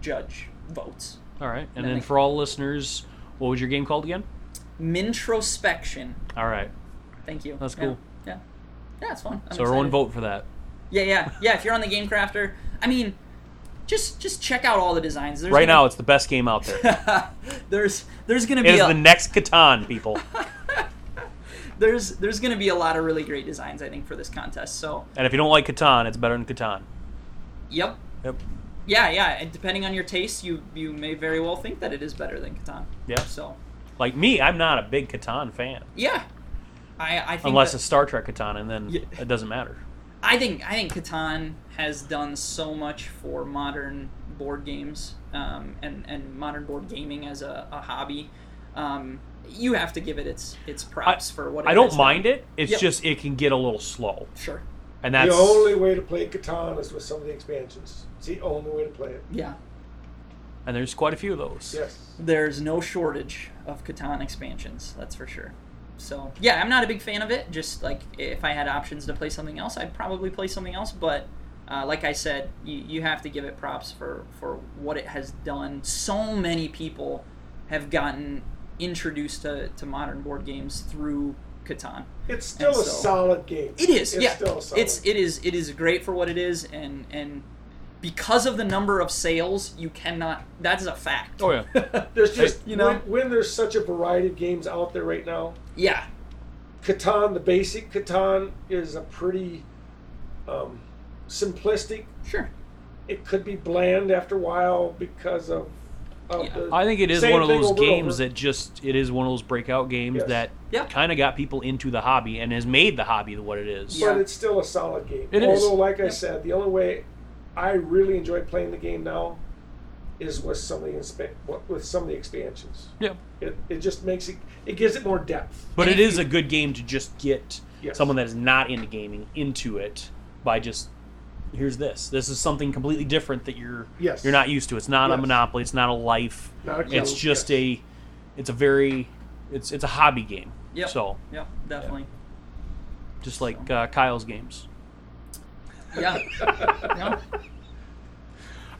Speaker 2: judge votes.
Speaker 1: All right. And
Speaker 2: Then
Speaker 1: then,
Speaker 2: they-
Speaker 1: for all listeners, what was your game called again?
Speaker 2: Mintrospection.
Speaker 1: All right.
Speaker 2: Thank you.
Speaker 1: That's
Speaker 2: Yeah.
Speaker 1: cool.
Speaker 2: Yeah. Yeah, it's fun. I'm
Speaker 1: so everyone
Speaker 2: excited.
Speaker 1: vote for that.
Speaker 2: Yeah, yeah, yeah. If you're on the Game Crafter, I mean, just just check out all the designs. There's
Speaker 1: right now,
Speaker 2: gonna,
Speaker 1: it's the best game out there.
Speaker 2: now, there's there's gonna
Speaker 1: it
Speaker 2: be
Speaker 1: is
Speaker 2: a,
Speaker 1: the next Catan, people,
Speaker 2: there's there's gonna be a lot of really great designs. I think for this contest. So,
Speaker 1: and if you don't like Catan, it's better than Catan.
Speaker 2: yep,
Speaker 1: Yep.
Speaker 2: yeah, yeah. And depending on your taste, you you may very well think that it is better than Catan.
Speaker 1: Yep.
Speaker 2: So,
Speaker 1: Like me, I'm not a big Catan fan,
Speaker 2: yeah, I I think
Speaker 1: unless
Speaker 2: that-
Speaker 1: it's Star Trek Catan, and then
Speaker 2: Yeah.
Speaker 1: it doesn't matter.
Speaker 2: I think I think Catan has done so much for modern board games um, and and modern board gaming as a, a hobby. Um, you have to give it its its props for what it
Speaker 1: I don't
Speaker 2: has
Speaker 1: mind
Speaker 2: done.
Speaker 1: it. It's
Speaker 2: uh, Yep.
Speaker 1: just it can get a little slow,
Speaker 2: Sure.
Speaker 1: and that's
Speaker 3: The only way to play Catan is with some of the expansions. It's the only way to play it.
Speaker 2: Yeah.
Speaker 1: and there's quite a few of those.
Speaker 3: Yes.
Speaker 2: There's no shortage of Catan expansions. That's for sure. So yeah, I'm not a big fan of it. Just like if I had options to play something else, I'd probably play something else. But uh, like I said, you, you have to give it props for for what it has done. So many people have gotten introduced to, to modern board games through Catan.
Speaker 3: It's still
Speaker 2: And
Speaker 3: a
Speaker 2: so-
Speaker 3: solid game.
Speaker 2: It is,
Speaker 3: It's
Speaker 2: yeah.
Speaker 3: Still a solid
Speaker 2: it's it is it is great for what it is, and and because of the number of sales, you cannot. That is a fact.
Speaker 1: Oh, yeah.
Speaker 3: There's just
Speaker 2: you know?
Speaker 3: when, when there's such a variety of games out there right now.
Speaker 2: yeah.
Speaker 3: Catan, the basic Catan, is a pretty um, simplistic.
Speaker 2: Sure.
Speaker 3: It could be bland after a while because of. of
Speaker 2: Yeah.
Speaker 3: the
Speaker 1: I think it is
Speaker 3: same
Speaker 1: one of
Speaker 3: thing
Speaker 1: those
Speaker 3: over and
Speaker 1: games
Speaker 3: over.
Speaker 1: that just it is one of those breakout games
Speaker 3: Yes.
Speaker 1: that
Speaker 2: Yeah.
Speaker 1: kind of got people into the hobby and has made the hobby what it is.
Speaker 2: Yeah.
Speaker 3: But it's still a solid game.
Speaker 1: It
Speaker 3: Although,
Speaker 1: is.
Speaker 3: like I
Speaker 2: Yep.
Speaker 3: said, the only way I really enjoy playing the game now is with some of the inspe- with some of the expansions.
Speaker 1: Yeah.
Speaker 3: It, it just makes it it gives it more depth.
Speaker 1: But
Speaker 2: And
Speaker 1: it
Speaker 2: if
Speaker 1: is a good game to just get
Speaker 3: Yes.
Speaker 1: someone that is not into gaming into it by just here's this. This is something completely different that you're
Speaker 3: Yes.
Speaker 1: you're not used to. It's not a
Speaker 3: Yes.
Speaker 1: monopoly, it's not a life.
Speaker 3: Not a clue,
Speaker 1: it's just
Speaker 3: yes.
Speaker 1: a it's a very it's it's a hobby game.
Speaker 2: Yep.
Speaker 1: So
Speaker 2: Yeah, definitely.
Speaker 1: just like uh, Kyle's games.
Speaker 2: Yeah. yeah.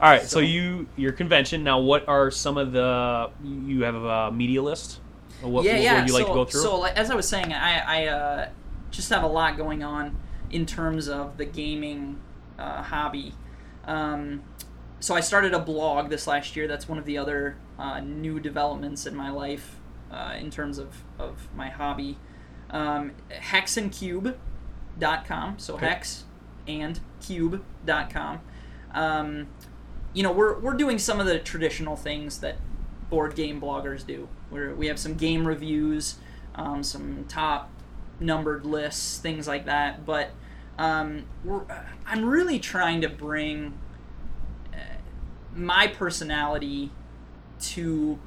Speaker 1: All right, so, you your convention now. What are some of the you have a media list? Or What,
Speaker 2: yeah,
Speaker 1: what,
Speaker 2: yeah.
Speaker 1: would you
Speaker 2: so,
Speaker 1: like to go through?
Speaker 2: so like, as I was saying, I, I uh, just have a lot going on in terms of the gaming uh, hobby. Um, so I started a blog this last year. That's one of the other uh, new developments in my life uh, in terms of, of my hobby. Um, hexandcube.com. So
Speaker 1: Okay.
Speaker 2: hex and cube.com. Um, you know, we're, we're doing some of the traditional things that board game bloggers do. We're, we have some game reviews, um, some top numbered lists, things like that. But um, we're, I'm really trying to bring my personality to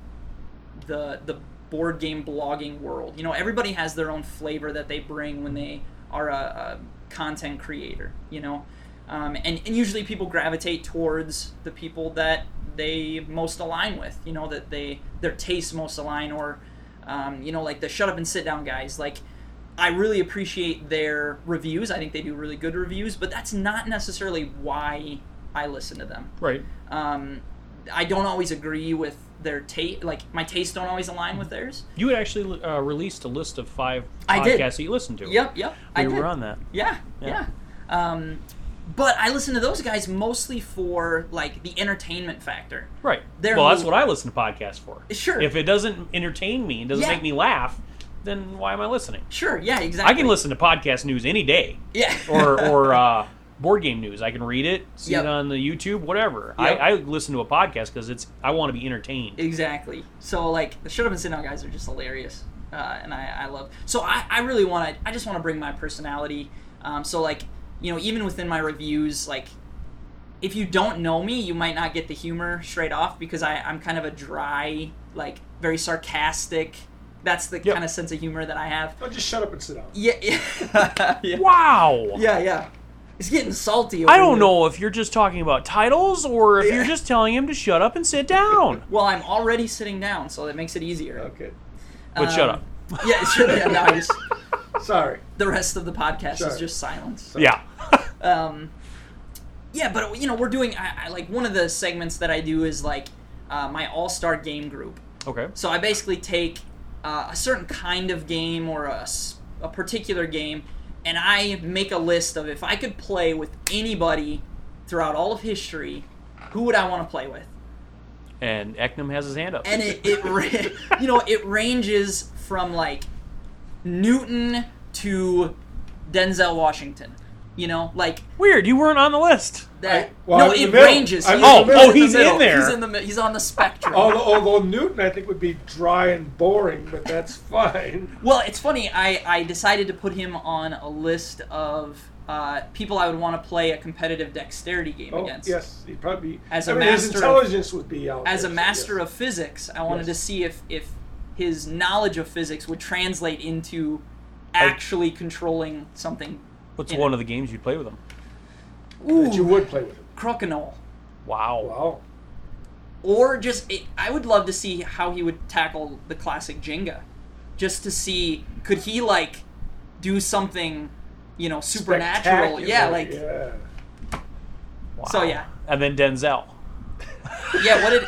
Speaker 2: the the board game blogging world. You know, everybody has their own flavor that they bring when they are a, a content creator. You know, um, and and usually people gravitate towards the people that they most align with. You know, that they their tastes most align, or um, you know, like the shut up and sit down guys, like. I really appreciate their reviews. I think they do really good reviews, but that's not necessarily why I listen to them
Speaker 1: right.
Speaker 2: um, I don't always agree with their taste. Like my tastes don't always align with theirs.
Speaker 1: You had actually uh, released a list of five
Speaker 2: I
Speaker 1: podcasts
Speaker 2: did.
Speaker 1: that you listened to.
Speaker 2: Yep, yep.
Speaker 1: we
Speaker 2: I did.
Speaker 1: were on that.
Speaker 2: Yeah,
Speaker 1: Yeah.
Speaker 2: yeah. Um, But I listen to those guys mostly for like the entertainment factor.
Speaker 1: Right.
Speaker 2: They're
Speaker 1: well, that's
Speaker 2: moving.
Speaker 1: what I listen to podcasts for.
Speaker 2: Sure.
Speaker 1: If it doesn't entertain me and doesn't
Speaker 2: Yeah.
Speaker 1: make me laugh, then why am I listening?
Speaker 2: Sure. Yeah. Exactly.
Speaker 1: I can listen to podcast news any day,
Speaker 2: Yeah.
Speaker 1: or or uh, board game news. I can read it, see
Speaker 2: Yep.
Speaker 1: it on the YouTube, whatever.
Speaker 2: Yep.
Speaker 1: I, I listen to a podcast because it's I want to be entertained.
Speaker 2: Exactly. So like the shut up and sit down guys are just hilarious, uh, and I, I love. So I, I really want to. I just want to bring my personality. Um, so like you know even within my reviews like if you don't know me you might not get the humor straight off because I I'm kind of a dry like very sarcastic. That's the
Speaker 1: Yep.
Speaker 2: kind of sense of humor that I have.
Speaker 3: I'll just shut up and sit down.
Speaker 2: Yeah. Yeah. yeah.
Speaker 1: Wow.
Speaker 2: Yeah. yeah. It's getting salty.
Speaker 1: I
Speaker 2: over
Speaker 1: don't
Speaker 2: here.
Speaker 1: know if you're just talking about titles or if
Speaker 3: Yeah.
Speaker 1: you're just telling him to shut up and sit down.
Speaker 2: Well, I'm already sitting down, so that makes it easier.
Speaker 3: Okay.
Speaker 1: But shut
Speaker 2: Um,
Speaker 1: up.
Speaker 2: Yeah, sure. Yeah, no, I just,
Speaker 3: Sorry.
Speaker 2: the rest of the podcast is
Speaker 3: Sure.
Speaker 2: just silence.
Speaker 1: Yeah.
Speaker 2: Um, yeah, but you know, we're doing I, I, like one of the segments that I do is like uh, my all star game group.
Speaker 1: okay.
Speaker 2: So I basically take uh, a certain kind of game or a, s- a particular game, and I make a list of if I could play with anybody throughout all of history, who would I want to play with?
Speaker 1: And Eknam has his hand up.
Speaker 2: and it, it ra- you know it ranges from like Newton to Denzel Washington. You know, like
Speaker 1: Weird, you weren't on the list.
Speaker 2: that.
Speaker 3: I- well,
Speaker 2: no,
Speaker 3: I'm in
Speaker 2: it
Speaker 3: the middle.
Speaker 2: ranges.
Speaker 3: I'm
Speaker 2: He's
Speaker 3: in the
Speaker 2: in the
Speaker 3: middle. Oh,
Speaker 1: Oh, oh, he's in
Speaker 2: middle.
Speaker 1: there.
Speaker 2: He's in the mi- he's on the spectrum.
Speaker 3: Although, although Newton, I think, would be dry and boring, but that's fine.
Speaker 2: Well, it's funny. I I decided to put him on a list of uh, people I would want to play a competitive dexterity game
Speaker 3: Oh,
Speaker 2: against.
Speaker 3: yes, he'd probably.
Speaker 2: As
Speaker 3: I
Speaker 2: a
Speaker 3: mean, his
Speaker 2: master of-
Speaker 3: intelligence would be out.
Speaker 2: As a
Speaker 3: there, so
Speaker 2: master
Speaker 3: yes.
Speaker 2: of physics, I wanted
Speaker 3: Yes.
Speaker 2: to see if if his knowledge of physics would translate into actually controlling something.
Speaker 1: What's
Speaker 2: Yeah.
Speaker 1: one of the games you'd play with him?
Speaker 2: Ooh,
Speaker 3: that you would play with him.
Speaker 2: Crokinole.
Speaker 1: Wow.
Speaker 3: Wow.
Speaker 2: Or just, it, I would love to see how he would tackle the classic Jenga. Just to see, could he, like, do something, you know, supernatural?
Speaker 3: Spectacular,
Speaker 2: Yeah, like, yeah,
Speaker 3: yeah.
Speaker 1: Wow.
Speaker 2: So, yeah.
Speaker 1: And then Denzel.
Speaker 2: what did.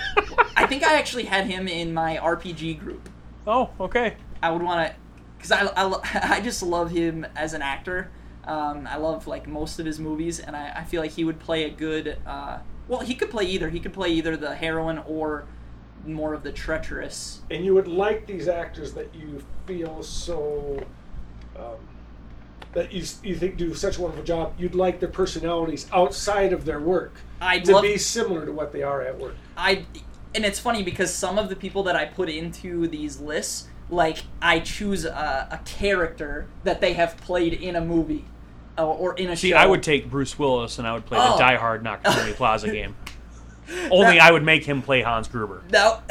Speaker 2: I think I actually had him in my RPG group.
Speaker 1: Oh, okay.
Speaker 2: I would want to. Because I, I, lo- I just love him as an actor. Um, I love, like, most of his movies, and I, I feel like he would play a good. Uh, well, he could play either. He could play either the heroine or more of the treacherous
Speaker 3: And you would like these actors that you feel so. Um, that you, you think do such a wonderful job. You'd like their personalities outside of their work
Speaker 2: I'd
Speaker 3: to
Speaker 2: love-
Speaker 3: be similar to what they are at work.
Speaker 2: I and it's funny because some of the people that I put into these lists, like I choose a, a character that they have played in a movie uh, or in a
Speaker 1: See,
Speaker 2: show.
Speaker 1: I would take Bruce Willis and I would play
Speaker 2: Oh.
Speaker 1: the Die Hard Nocturne Plaza game. Only
Speaker 2: That-
Speaker 1: I would make him play Hans Gruber.
Speaker 2: no.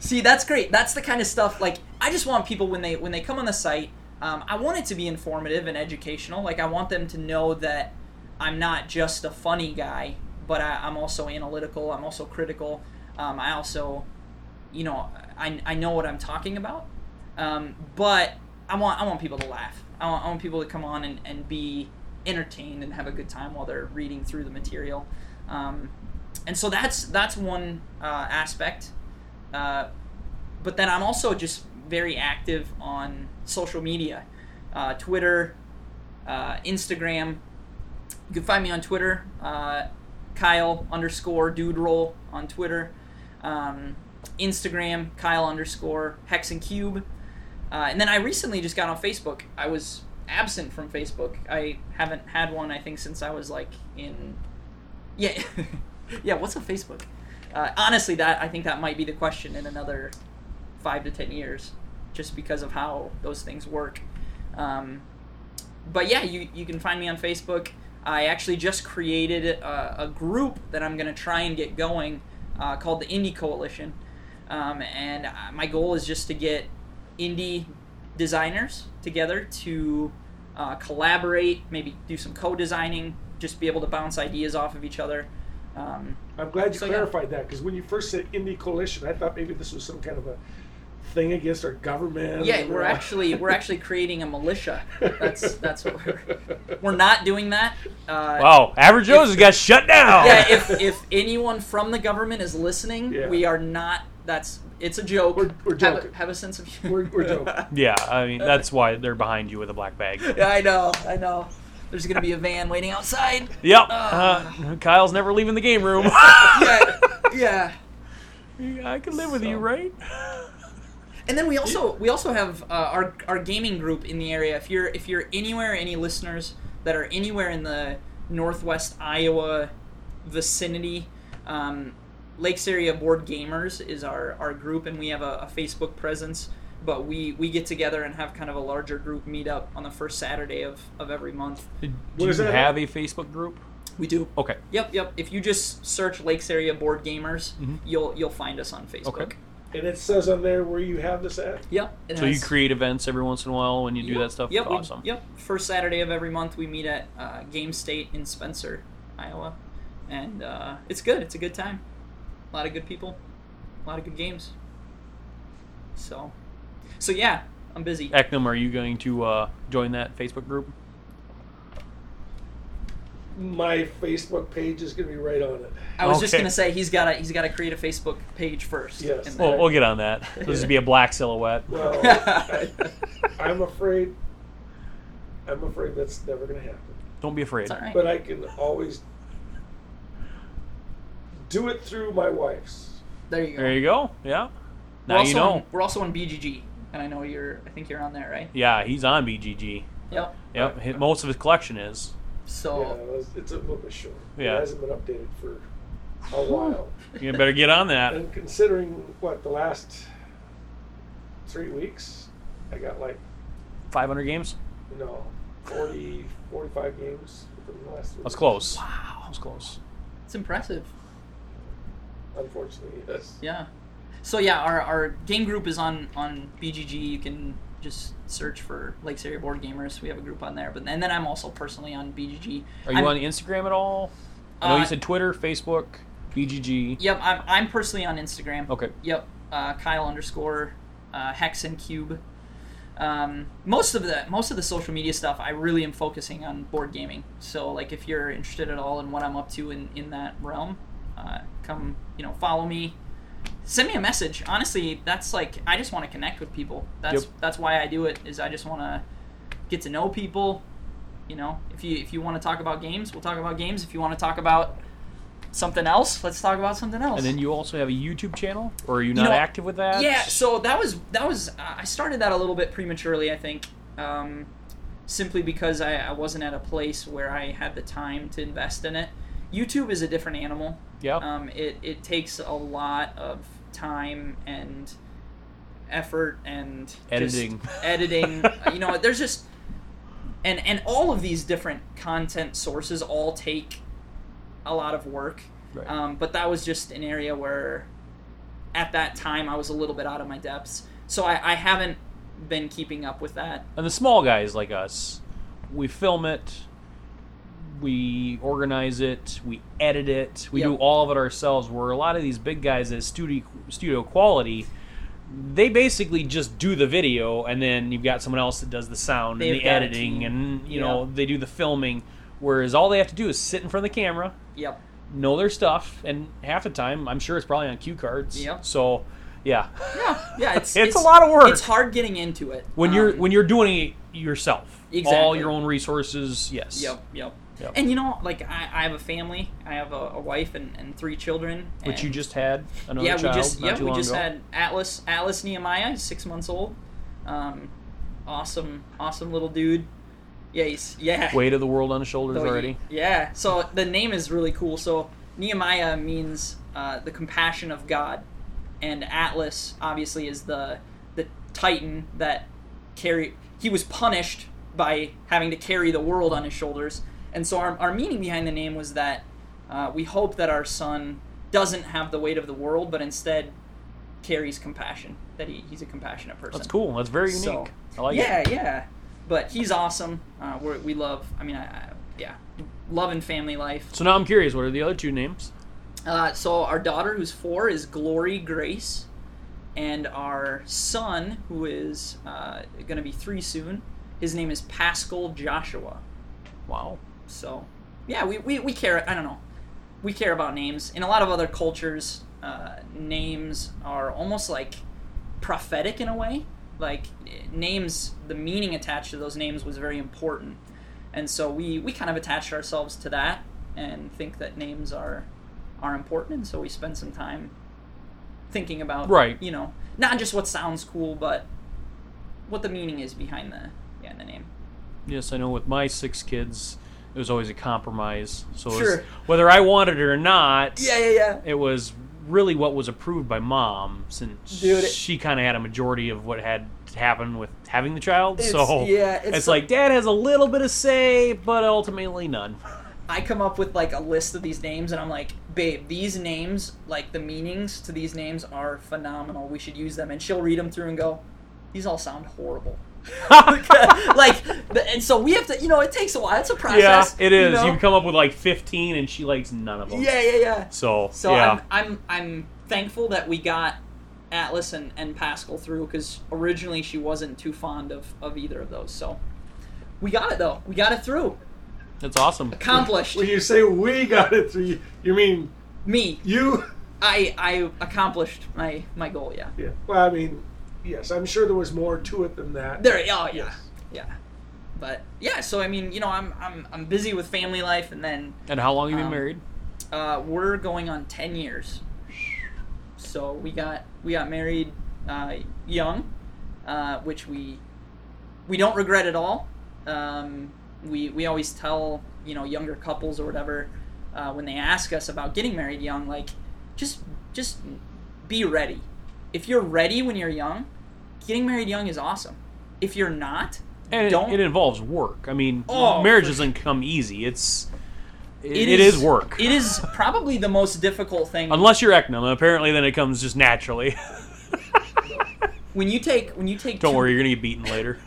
Speaker 2: See, that's great. That's the kind of stuff. Like, I just want people when they when they come on the site, um, I want it to be informative and educational. Like, I want them to know that I'm not just a funny guy, but I, I'm also analytical. I'm also critical. Um, I also, you know, I, I know what I'm talking about. Um, but I want I want people to laugh. I want, I want people to come on and, and be entertained and have a good time while they're reading through the material. Um, and so that's that's one uh, aspect. Uh, but then I'm also just very active on social media, uh, Twitter, uh, Instagram. You can find me on Twitter, uh, Kyle underscore Dude Roll on Twitter, um, Instagram Kyle underscore Hex and Cube, uh, and then I recently just got on Facebook. I was absent from Facebook. I haven't had one I think since I was like in yeah, yeah. What's a Facebook? Uh, honestly, that I think that might be the question in another five to ten years, just because of how those things work. Um, but yeah, you you can find me on Facebook. I actually just created a, a group that I'm going to try and get going uh, called the Indie Coalition, um, and I- my goal is just to get indie designers together to uh, collaborate, maybe do some co-designing, just be able to bounce ideas off of each other. Um,
Speaker 3: I'm glad you
Speaker 2: So, yeah.
Speaker 3: clarified that because when you first said indie coalition, I thought maybe this was some kind of a thing against our government.
Speaker 2: yeah,
Speaker 3: or-
Speaker 2: we're actually we're actually creating a militia. That's that's what we're we're not doing that. Uh,
Speaker 1: Wow, Average Joe's has got shut down.
Speaker 2: yeah, if if anyone from the government is listening,
Speaker 3: Yeah.
Speaker 2: we are not. That's it's a joke.
Speaker 3: We're- we're
Speaker 2: Have a-
Speaker 3: joking.
Speaker 2: Have a, sense of
Speaker 3: We're,
Speaker 2: humor.
Speaker 3: we're joking.
Speaker 1: Yeah, I mean that's why they're behind you with a black bag.
Speaker 2: Yeah, I know, I know. There's gonna be a van waiting outside.
Speaker 1: Yep. Uh, Kyle's never leaving the game room.
Speaker 2: Yeah, yeah.
Speaker 1: I can live with you,
Speaker 2: So-
Speaker 1: right?
Speaker 2: And then we also we also have uh, our our gaming group in the area. If you're if you're anywhere, any listeners that are anywhere in the northwest Iowa vicinity, um, Lakes Area Board Gamers is our our group, and we have a, a Facebook presence. But we we get together and have kind of a larger group meetup on the first Saturday of of every month.
Speaker 1: Do you
Speaker 3: Where's that
Speaker 1: have a Facebook group?
Speaker 2: We do.
Speaker 1: Okay.
Speaker 2: Yep, yep. If you just search Lakes Area Board Gamers, you'll you'll find us on Facebook.
Speaker 1: Mm-hmm. Okay.
Speaker 3: And it says on there where you have this at.
Speaker 2: Yep. it
Speaker 1: So you
Speaker 2: has-
Speaker 1: create events every once in a while when you do that stuff.
Speaker 2: Yep. we-
Speaker 1: awesome.
Speaker 2: yep. First Saturday of every month, we meet at uh, Game State in Spencer, Iowa, and uh, it's good. It's a good time. A lot of good people, a lot of good games. So, so yeah, I'm busy.
Speaker 1: Eknam, are you going to uh, join that Facebook group?
Speaker 3: My Facebook page is going to be right on it.
Speaker 2: I was just
Speaker 1: Okay.
Speaker 2: gonna say he's gotta he's gotta create a Facebook page first.
Speaker 3: Yes.
Speaker 2: and then-
Speaker 1: Well, we'll get on that. This will just be a black silhouette.
Speaker 3: Well, I, I'm afraid. I'm afraid that's never going to happen.
Speaker 1: Don't be afraid.
Speaker 2: it's all right.
Speaker 3: But I can always do it through my wife's.
Speaker 2: there you go.
Speaker 1: There you go. Yeah.
Speaker 2: We're
Speaker 1: Now
Speaker 2: also
Speaker 1: you know.
Speaker 2: On, we're also on BGG, and I know you're. I think you're on there, right?
Speaker 1: Yeah, he's on BGG.
Speaker 2: Yep.
Speaker 1: Yep. hi- Most of his collection is.
Speaker 2: So.
Speaker 3: Yeah, it's- it's a little bit short.
Speaker 1: Yeah.
Speaker 3: It hasn't been updated for a while.
Speaker 1: You better get on that.
Speaker 3: And considering what the last three weeks, I got like
Speaker 1: 500 games.
Speaker 3: you know 40, 45 games within the last. Three
Speaker 1: That's
Speaker 3: weeks.
Speaker 1: close. Wow. That's close.
Speaker 2: It's impressive.
Speaker 3: Unfortunately, yes.
Speaker 2: Yeah. So yeah, our, our game group is on on BGG. You can just search for Lakes Area Board Gamers. We have a group on there. But and then I'm also personally on BGG.
Speaker 1: Are you
Speaker 2: I'm-
Speaker 1: on Instagram at all? I know you
Speaker 2: Uh,
Speaker 1: said Twitter, Facebook, BGG.
Speaker 2: Yep, I'm I'm personally on Instagram.
Speaker 1: Okay.
Speaker 2: Yep, uh, Kyle underscore uh, Hex and Cube. Um, most of the most of the social media stuff, I really am focusing on board gaming. So like, if you're interested at all in what I'm up to in in that realm, uh, come you know follow me. Send me a message. Honestly, that's like I just want to connect with people. That's
Speaker 1: Yep.
Speaker 2: that's why I do it. Is I just want to get to know people. You know, if you if you want to talk about games, we'll talk about games. If you want to talk about something else, let's talk about something else.
Speaker 1: And then you also have a YouTube channel, or are you
Speaker 2: You
Speaker 1: not
Speaker 2: know,
Speaker 1: active with that?
Speaker 2: Yeah, so that was that was I started that a little bit prematurely, I think, um, simply because I, I wasn't at a place where I had the time to invest in it. YouTube is a different animal.
Speaker 1: Yeah.
Speaker 2: Um, it it takes a lot of time and effort and just
Speaker 1: Editing.
Speaker 2: editing. you know, there's just and and all of these different content sources all take a lot of work.
Speaker 1: Right.
Speaker 2: Um, but that was just an area where at that time I was a little bit out of my depths. So I, I haven't been keeping up with that.
Speaker 1: And the small guys like us, we film it, we organize it, we edit it, we
Speaker 2: Yep.
Speaker 1: do all of it ourselves. Where a lot of these big guys at studio studio quality, they basically just do the video, and then you've got someone else that does the sound
Speaker 2: They've
Speaker 1: and the
Speaker 2: got a
Speaker 1: editing,
Speaker 2: team.
Speaker 1: and you
Speaker 2: Yeah.
Speaker 1: know they do the filming. Whereas all they have to do is sit in front of the camera,
Speaker 2: Yep.
Speaker 1: know their stuff, and half the time, I'm sure it's probably on cue cards.
Speaker 2: Yep.
Speaker 1: So, yeah,
Speaker 2: Yeah. Yeah. It's
Speaker 1: It's a lot of work.
Speaker 2: It's hard getting into it
Speaker 1: when you're
Speaker 2: Um,
Speaker 1: when you're doing it yourself, all
Speaker 2: Exactly.
Speaker 1: your own resources. Yes.
Speaker 2: Yep, yep.
Speaker 1: Yep.
Speaker 2: And you know, like I, I have a family. I have a, a wife and, and three children.
Speaker 1: Which you
Speaker 2: and-
Speaker 1: just had another
Speaker 2: yeah,
Speaker 1: child
Speaker 2: we just
Speaker 1: not
Speaker 2: yeah
Speaker 1: too
Speaker 2: we
Speaker 1: long
Speaker 2: just
Speaker 1: ago.
Speaker 2: had Atlas Atlas Nehemiah. He's six months old. Um, awesome, awesome little dude. Yeah, he's, yeah.
Speaker 1: weight of the world on his shoulders
Speaker 2: So he-
Speaker 1: already.
Speaker 2: yeah. So the name is really cool. So Nehemiah means uh, the compassion of God, and Atlas obviously is the the Titan that carry. He was punished by having to carry the world on his shoulders, and so our our meaning behind the name was that uh, we hope that our son doesn't have the weight of the world, but instead carries compassion. That he, he's a compassionate person.
Speaker 1: That's cool. That's very unique.
Speaker 2: So-
Speaker 1: I like
Speaker 2: yeah,
Speaker 1: it.
Speaker 2: yeah. But he's awesome. Uh, we're, we love. I mean, I, I, yeah, love and family life.
Speaker 1: So now I'm curious. What are the other two names?
Speaker 2: Uh, so our daughter, who's four, is Glory Grace, and our son, who is uh, going to be three soon, his name is Pascal Joshua.
Speaker 1: Wow.
Speaker 2: So, yeah, we, we, we care. I don't know. We care about names. In a lot of other cultures, uh, names are almost like prophetic in a way. Like, eh, names, the meaning attached to those names was very important. and so we we kind of attached ourselves to that and think that names are are important and so we spend some time thinking about
Speaker 4: Right.
Speaker 2: you know not just what sounds cool but what the meaning is behind the yeah the name
Speaker 1: Yes, I know. With my six kids, it was always a compromise. So it was-
Speaker 2: Sure.
Speaker 1: whether I wanted it or not,
Speaker 2: yeah yeah
Speaker 1: it was really what was approved by mom, since
Speaker 2: Dude, it-
Speaker 1: she kind of had a majority of what had happened with having the child.
Speaker 2: It's-
Speaker 1: so
Speaker 2: yeah, it's
Speaker 1: it's, like dad has a little bit of say, but ultimately none.
Speaker 2: I come up with like a list of these names, and I'm like, babe, these names, like the meanings to these names are phenomenal. We should use them. And she'll read them through and go, these all sound horrible. like, the- and so we have to, you know, it takes a while. It's a
Speaker 1: yeah,
Speaker 2: process.
Speaker 1: it is. You,
Speaker 2: know?
Speaker 1: come up with like 15, and she likes none of them.
Speaker 2: yeah, yeah, yeah.
Speaker 1: So,
Speaker 2: So
Speaker 1: yeah.
Speaker 2: I'm, I'm, I'm thankful that we got Atlas and, and Pascal through because originally she wasn't too fond of, of either of those. So we got it though. We got it through.
Speaker 1: That's awesome.
Speaker 2: Accomplished.
Speaker 3: When you say we got it through, you- you mean
Speaker 2: Me.
Speaker 3: you?
Speaker 2: I I accomplished my my goal. Yeah.
Speaker 3: Yeah. Well, I mean, yes, I'm sure there was more to it than that.
Speaker 2: There. Oh yeah.
Speaker 3: Yes.
Speaker 2: Yeah. But yeah. So I mean, you know, I'm I'm I'm busy with family life, and then
Speaker 1: And how long have you
Speaker 2: Um,
Speaker 1: been married?
Speaker 2: uh, we're going on ten years. So we got we got married uh, young, uh, which we we don't regret at all. Um, we we always tell you know younger couples or whatever uh, when they ask us about getting married young, like just just be ready. If you're ready when you're young, getting married young is awesome. If you're not,
Speaker 1: And it,
Speaker 2: don't
Speaker 1: it involves work. I mean,
Speaker 2: Oh,
Speaker 1: marriage
Speaker 2: for
Speaker 1: doesn't come easy. It's it,
Speaker 2: it
Speaker 1: it is work.
Speaker 2: It is probably the most difficult thing.
Speaker 1: Unless you're Eknum, apparently then it comes just naturally.
Speaker 2: when you take when you take
Speaker 1: Don't
Speaker 2: two-
Speaker 1: worry, you're gonna get beaten later.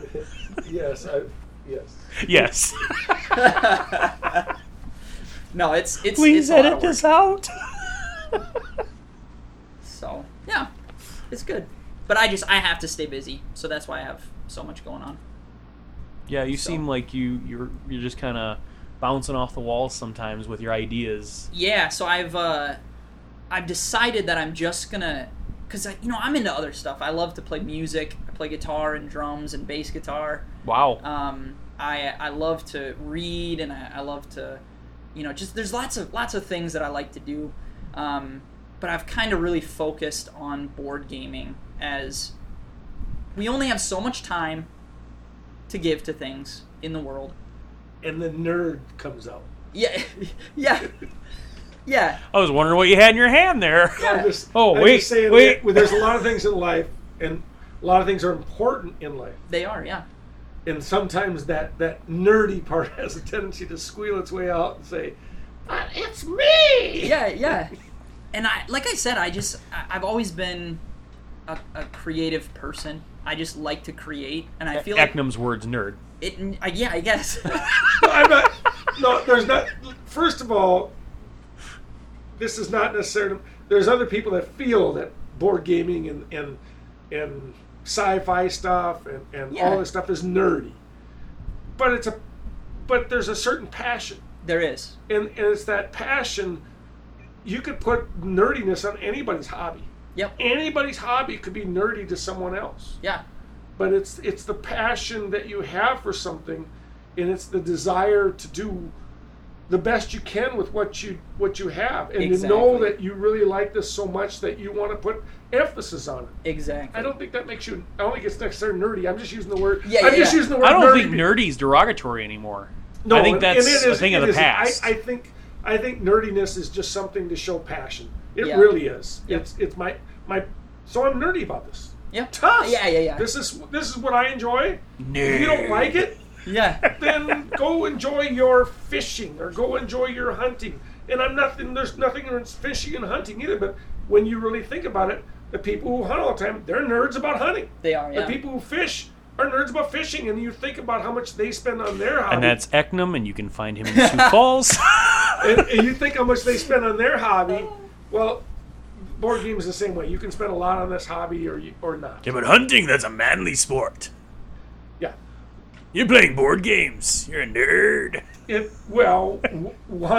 Speaker 3: Yes. I, yes.
Speaker 1: yes.
Speaker 2: No, it's it's it's
Speaker 1: Please
Speaker 2: a lot of
Speaker 1: edit
Speaker 2: work.
Speaker 1: this out.
Speaker 2: So yeah, it's good. But I just I have to stay busy, so that's why I have so much going on.
Speaker 1: yeah, you
Speaker 2: So-
Speaker 1: seem like you you're you're just kind of bouncing off the walls sometimes with your ideas.
Speaker 2: Yeah, so I've uh, I've decided that I'm just gonna, cause I, you know I'm into other stuff. I love to play music. I play guitar and drums and bass guitar.
Speaker 1: Wow.
Speaker 2: um, I I love to read and I, I love to, you know, just there's lots of lots of things that I like to do, um, but I've kind of really focused on board gaming as we only have so much time to give to things in the world.
Speaker 3: And the nerd comes out.
Speaker 2: Yeah, yeah, yeah.
Speaker 1: I was wondering what you had in your hand there.
Speaker 3: I'm just,
Speaker 1: Oh,
Speaker 3: I'm
Speaker 1: wait,
Speaker 3: just saying
Speaker 1: wait.
Speaker 3: that- well, there's a lot of things in life, and a lot of things are important in life.
Speaker 2: They are, yeah.
Speaker 3: And sometimes that, that nerdy part has a tendency to squeal its way out and say, but it's me!
Speaker 2: yeah yeah and i like i said i just I, i've always been a, a creative person i just like to create and
Speaker 1: E,
Speaker 2: i feel like
Speaker 1: Eknum's words, nerd.
Speaker 2: it I, yeah i guess
Speaker 3: No, I'm not. No, there's not. First of all, this is not necessarily. There's other people that feel that board gaming and and and sci-fi stuff and, and
Speaker 2: Yeah.
Speaker 3: all this stuff is nerdy, but it's a but there's a certain passion,
Speaker 2: there is
Speaker 3: and and it's that passion. You could put nerdiness on anybody's hobby.
Speaker 2: yep
Speaker 3: Anybody's hobby could be nerdy to someone else
Speaker 2: yeah
Speaker 3: but it's it's the passion that you have for something and it's the desire to do the best you can with what you what you have and to know
Speaker 2: Exactly.
Speaker 3: that you really like this so much that you want to put emphasis on it
Speaker 2: exactly
Speaker 3: i don't think that makes you i don't think it's necessarily nerdy i'm just using the word
Speaker 2: Yeah,
Speaker 3: i'm
Speaker 2: yeah,
Speaker 3: just
Speaker 2: yeah.
Speaker 3: using the word
Speaker 1: I don't
Speaker 3: nerdy
Speaker 1: think
Speaker 3: be-
Speaker 1: nerdy is derogatory anymore.
Speaker 3: no,
Speaker 1: I think
Speaker 3: and- and
Speaker 1: that's
Speaker 3: it
Speaker 1: a
Speaker 3: is-
Speaker 1: thing
Speaker 3: it
Speaker 1: of the
Speaker 3: is. I-
Speaker 1: past.
Speaker 3: I, think I think nerdiness is just something to show passion. It
Speaker 2: Yeah.
Speaker 3: really is.
Speaker 2: Yeah.
Speaker 3: It's it's my my so I'm nerdy about this.
Speaker 2: Yeah.
Speaker 3: Tough.
Speaker 2: Yeah, yeah, yeah.
Speaker 3: This is this is what I enjoy. If you don't like it,
Speaker 2: yeah
Speaker 3: then go enjoy your fishing or go enjoy your hunting. And I'm nothing. There's nothing against fishing and hunting either. But when you really think about it, the people who hunt all the time, they're nerds about hunting.
Speaker 2: they are
Speaker 3: The
Speaker 2: yeah
Speaker 3: people who fish are nerds about fishing, and you think about how much they spend on their hobby.
Speaker 1: And that's Eknum, and you can find him in Sioux Falls.
Speaker 3: and, and you think how much they spend on their hobby.
Speaker 2: Oh.
Speaker 3: Well, board games the same way. You can spend a lot on this hobby or you, or not.
Speaker 1: but hunting, that's a manly sport.
Speaker 3: Yeah.
Speaker 1: You're playing board games. You're a nerd.
Speaker 3: It, well, w-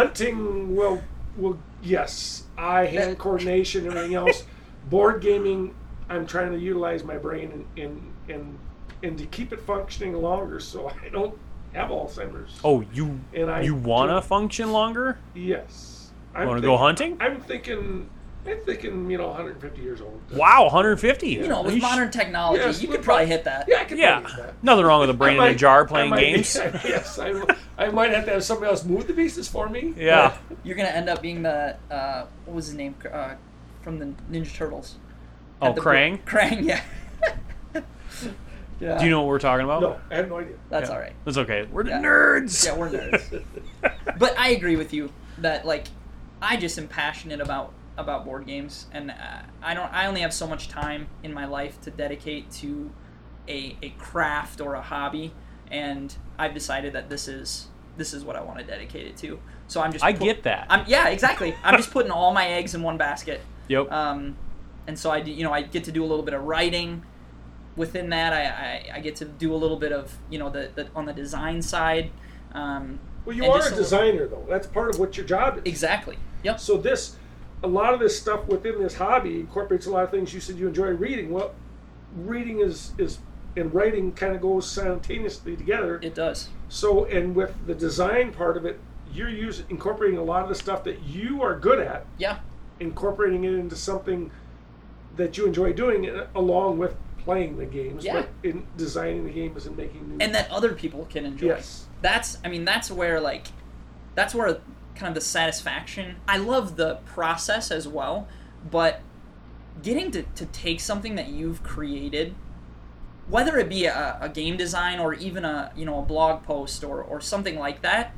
Speaker 3: hunting will will yes, eye hand coordination, everything else. board gaming, I'm trying to utilize my brain and and and, and to keep it functioning longer, so I don't have Alzheimer's.
Speaker 1: Oh, you
Speaker 3: And I
Speaker 1: you wanna function longer?
Speaker 3: Yes. I
Speaker 1: Wanna go hunting?
Speaker 3: I'm thinking. I'm thinking. You know, 150 years old.
Speaker 1: Wow, 150.
Speaker 2: You know, with
Speaker 1: sh-
Speaker 2: modern technology,
Speaker 3: Yes,
Speaker 2: you
Speaker 3: with
Speaker 2: could probably
Speaker 3: mo-
Speaker 2: hit that.
Speaker 3: Yeah, I could
Speaker 1: Yeah,
Speaker 3: probably do that.
Speaker 1: nothing wrong with a brain
Speaker 3: I
Speaker 1: in a
Speaker 3: might-
Speaker 1: jar
Speaker 3: I
Speaker 1: playing
Speaker 3: might-
Speaker 1: games.
Speaker 3: yes, I, w- I might have to have somebody else move the pieces for me.
Speaker 1: Yeah.
Speaker 2: You're gonna end up being the uh, what was his name uh, from the Ninja Turtles?
Speaker 1: Oh,
Speaker 2: Had the-
Speaker 1: Krang.
Speaker 2: Krang, yeah. yeah.
Speaker 1: Do you know what we're talking about?
Speaker 3: No, I have no idea.
Speaker 2: That's
Speaker 1: Yeah.
Speaker 2: all right.
Speaker 1: That's okay. We're the
Speaker 2: Yeah.
Speaker 1: nerds.
Speaker 2: Yeah, we're nerds. but I agree with you that like I just am passionate about about board games, and uh, I don't. I only have so much time in my life to dedicate to a a craft or a hobby, and I've decided that this is this is what I want to dedicate it to. So I'm just.
Speaker 1: I
Speaker 2: put-
Speaker 1: get that.
Speaker 2: I'm yeah, exactly. I'm just putting all my eggs in one basket.
Speaker 1: yep.
Speaker 2: Um, and so I, do- you know, I get to do a little bit of writing. Within that, I, I, I get to do a little bit of, you know, the, the on the design side. Um,
Speaker 3: Well, you
Speaker 2: and
Speaker 3: are
Speaker 2: just
Speaker 3: a
Speaker 2: little-
Speaker 3: designer, though. That's part of what your job is.
Speaker 2: Exactly. Yep.
Speaker 3: So this, a lot of this stuff within this hobby incorporates a lot of things. You said you enjoy reading. Well, reading is is and writing kind of goes simultaneously together.
Speaker 2: It does.
Speaker 3: so and with the design part of it, you're using incorporating a lot of the stuff that you are good at,
Speaker 2: Yeah.
Speaker 3: incorporating it into something that you enjoy doing, uh, along with playing the games,
Speaker 2: Yeah.
Speaker 3: but in designing the games and making new.
Speaker 2: And that other people can enjoy.
Speaker 3: yes,
Speaker 2: That's, I mean, that's where like, that's where kind of the satisfaction. I love the process as well, but getting to, to take something that you've created whether it be a, a game design or even a you know a blog post or, or something like that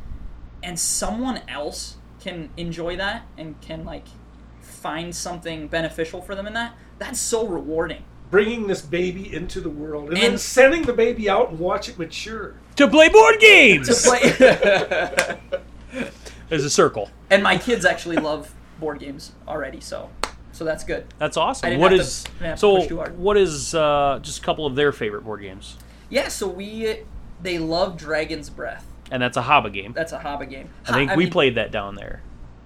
Speaker 2: and someone else can enjoy that and can like find something beneficial for them in that that's so rewarding
Speaker 3: bringing this baby into the world and, then
Speaker 2: And-
Speaker 3: sending the baby out and watch it mature.
Speaker 1: to play board
Speaker 2: to
Speaker 1: games.
Speaker 2: play
Speaker 1: There's a circle.
Speaker 2: and my kids actually love board games already so so that's good
Speaker 1: That's
Speaker 2: I
Speaker 1: awesome.
Speaker 2: didn't
Speaker 1: What
Speaker 2: have to-
Speaker 1: is
Speaker 2: I didn't have to
Speaker 1: so?
Speaker 2: push too hard.
Speaker 1: What is uh, just a couple of their favorite board games?
Speaker 2: yeah so we they love dragon's breath
Speaker 1: And that's a hobby game.
Speaker 2: that's a hobby game
Speaker 1: I think
Speaker 2: Ha-
Speaker 1: we
Speaker 2: mean-
Speaker 1: played that down there.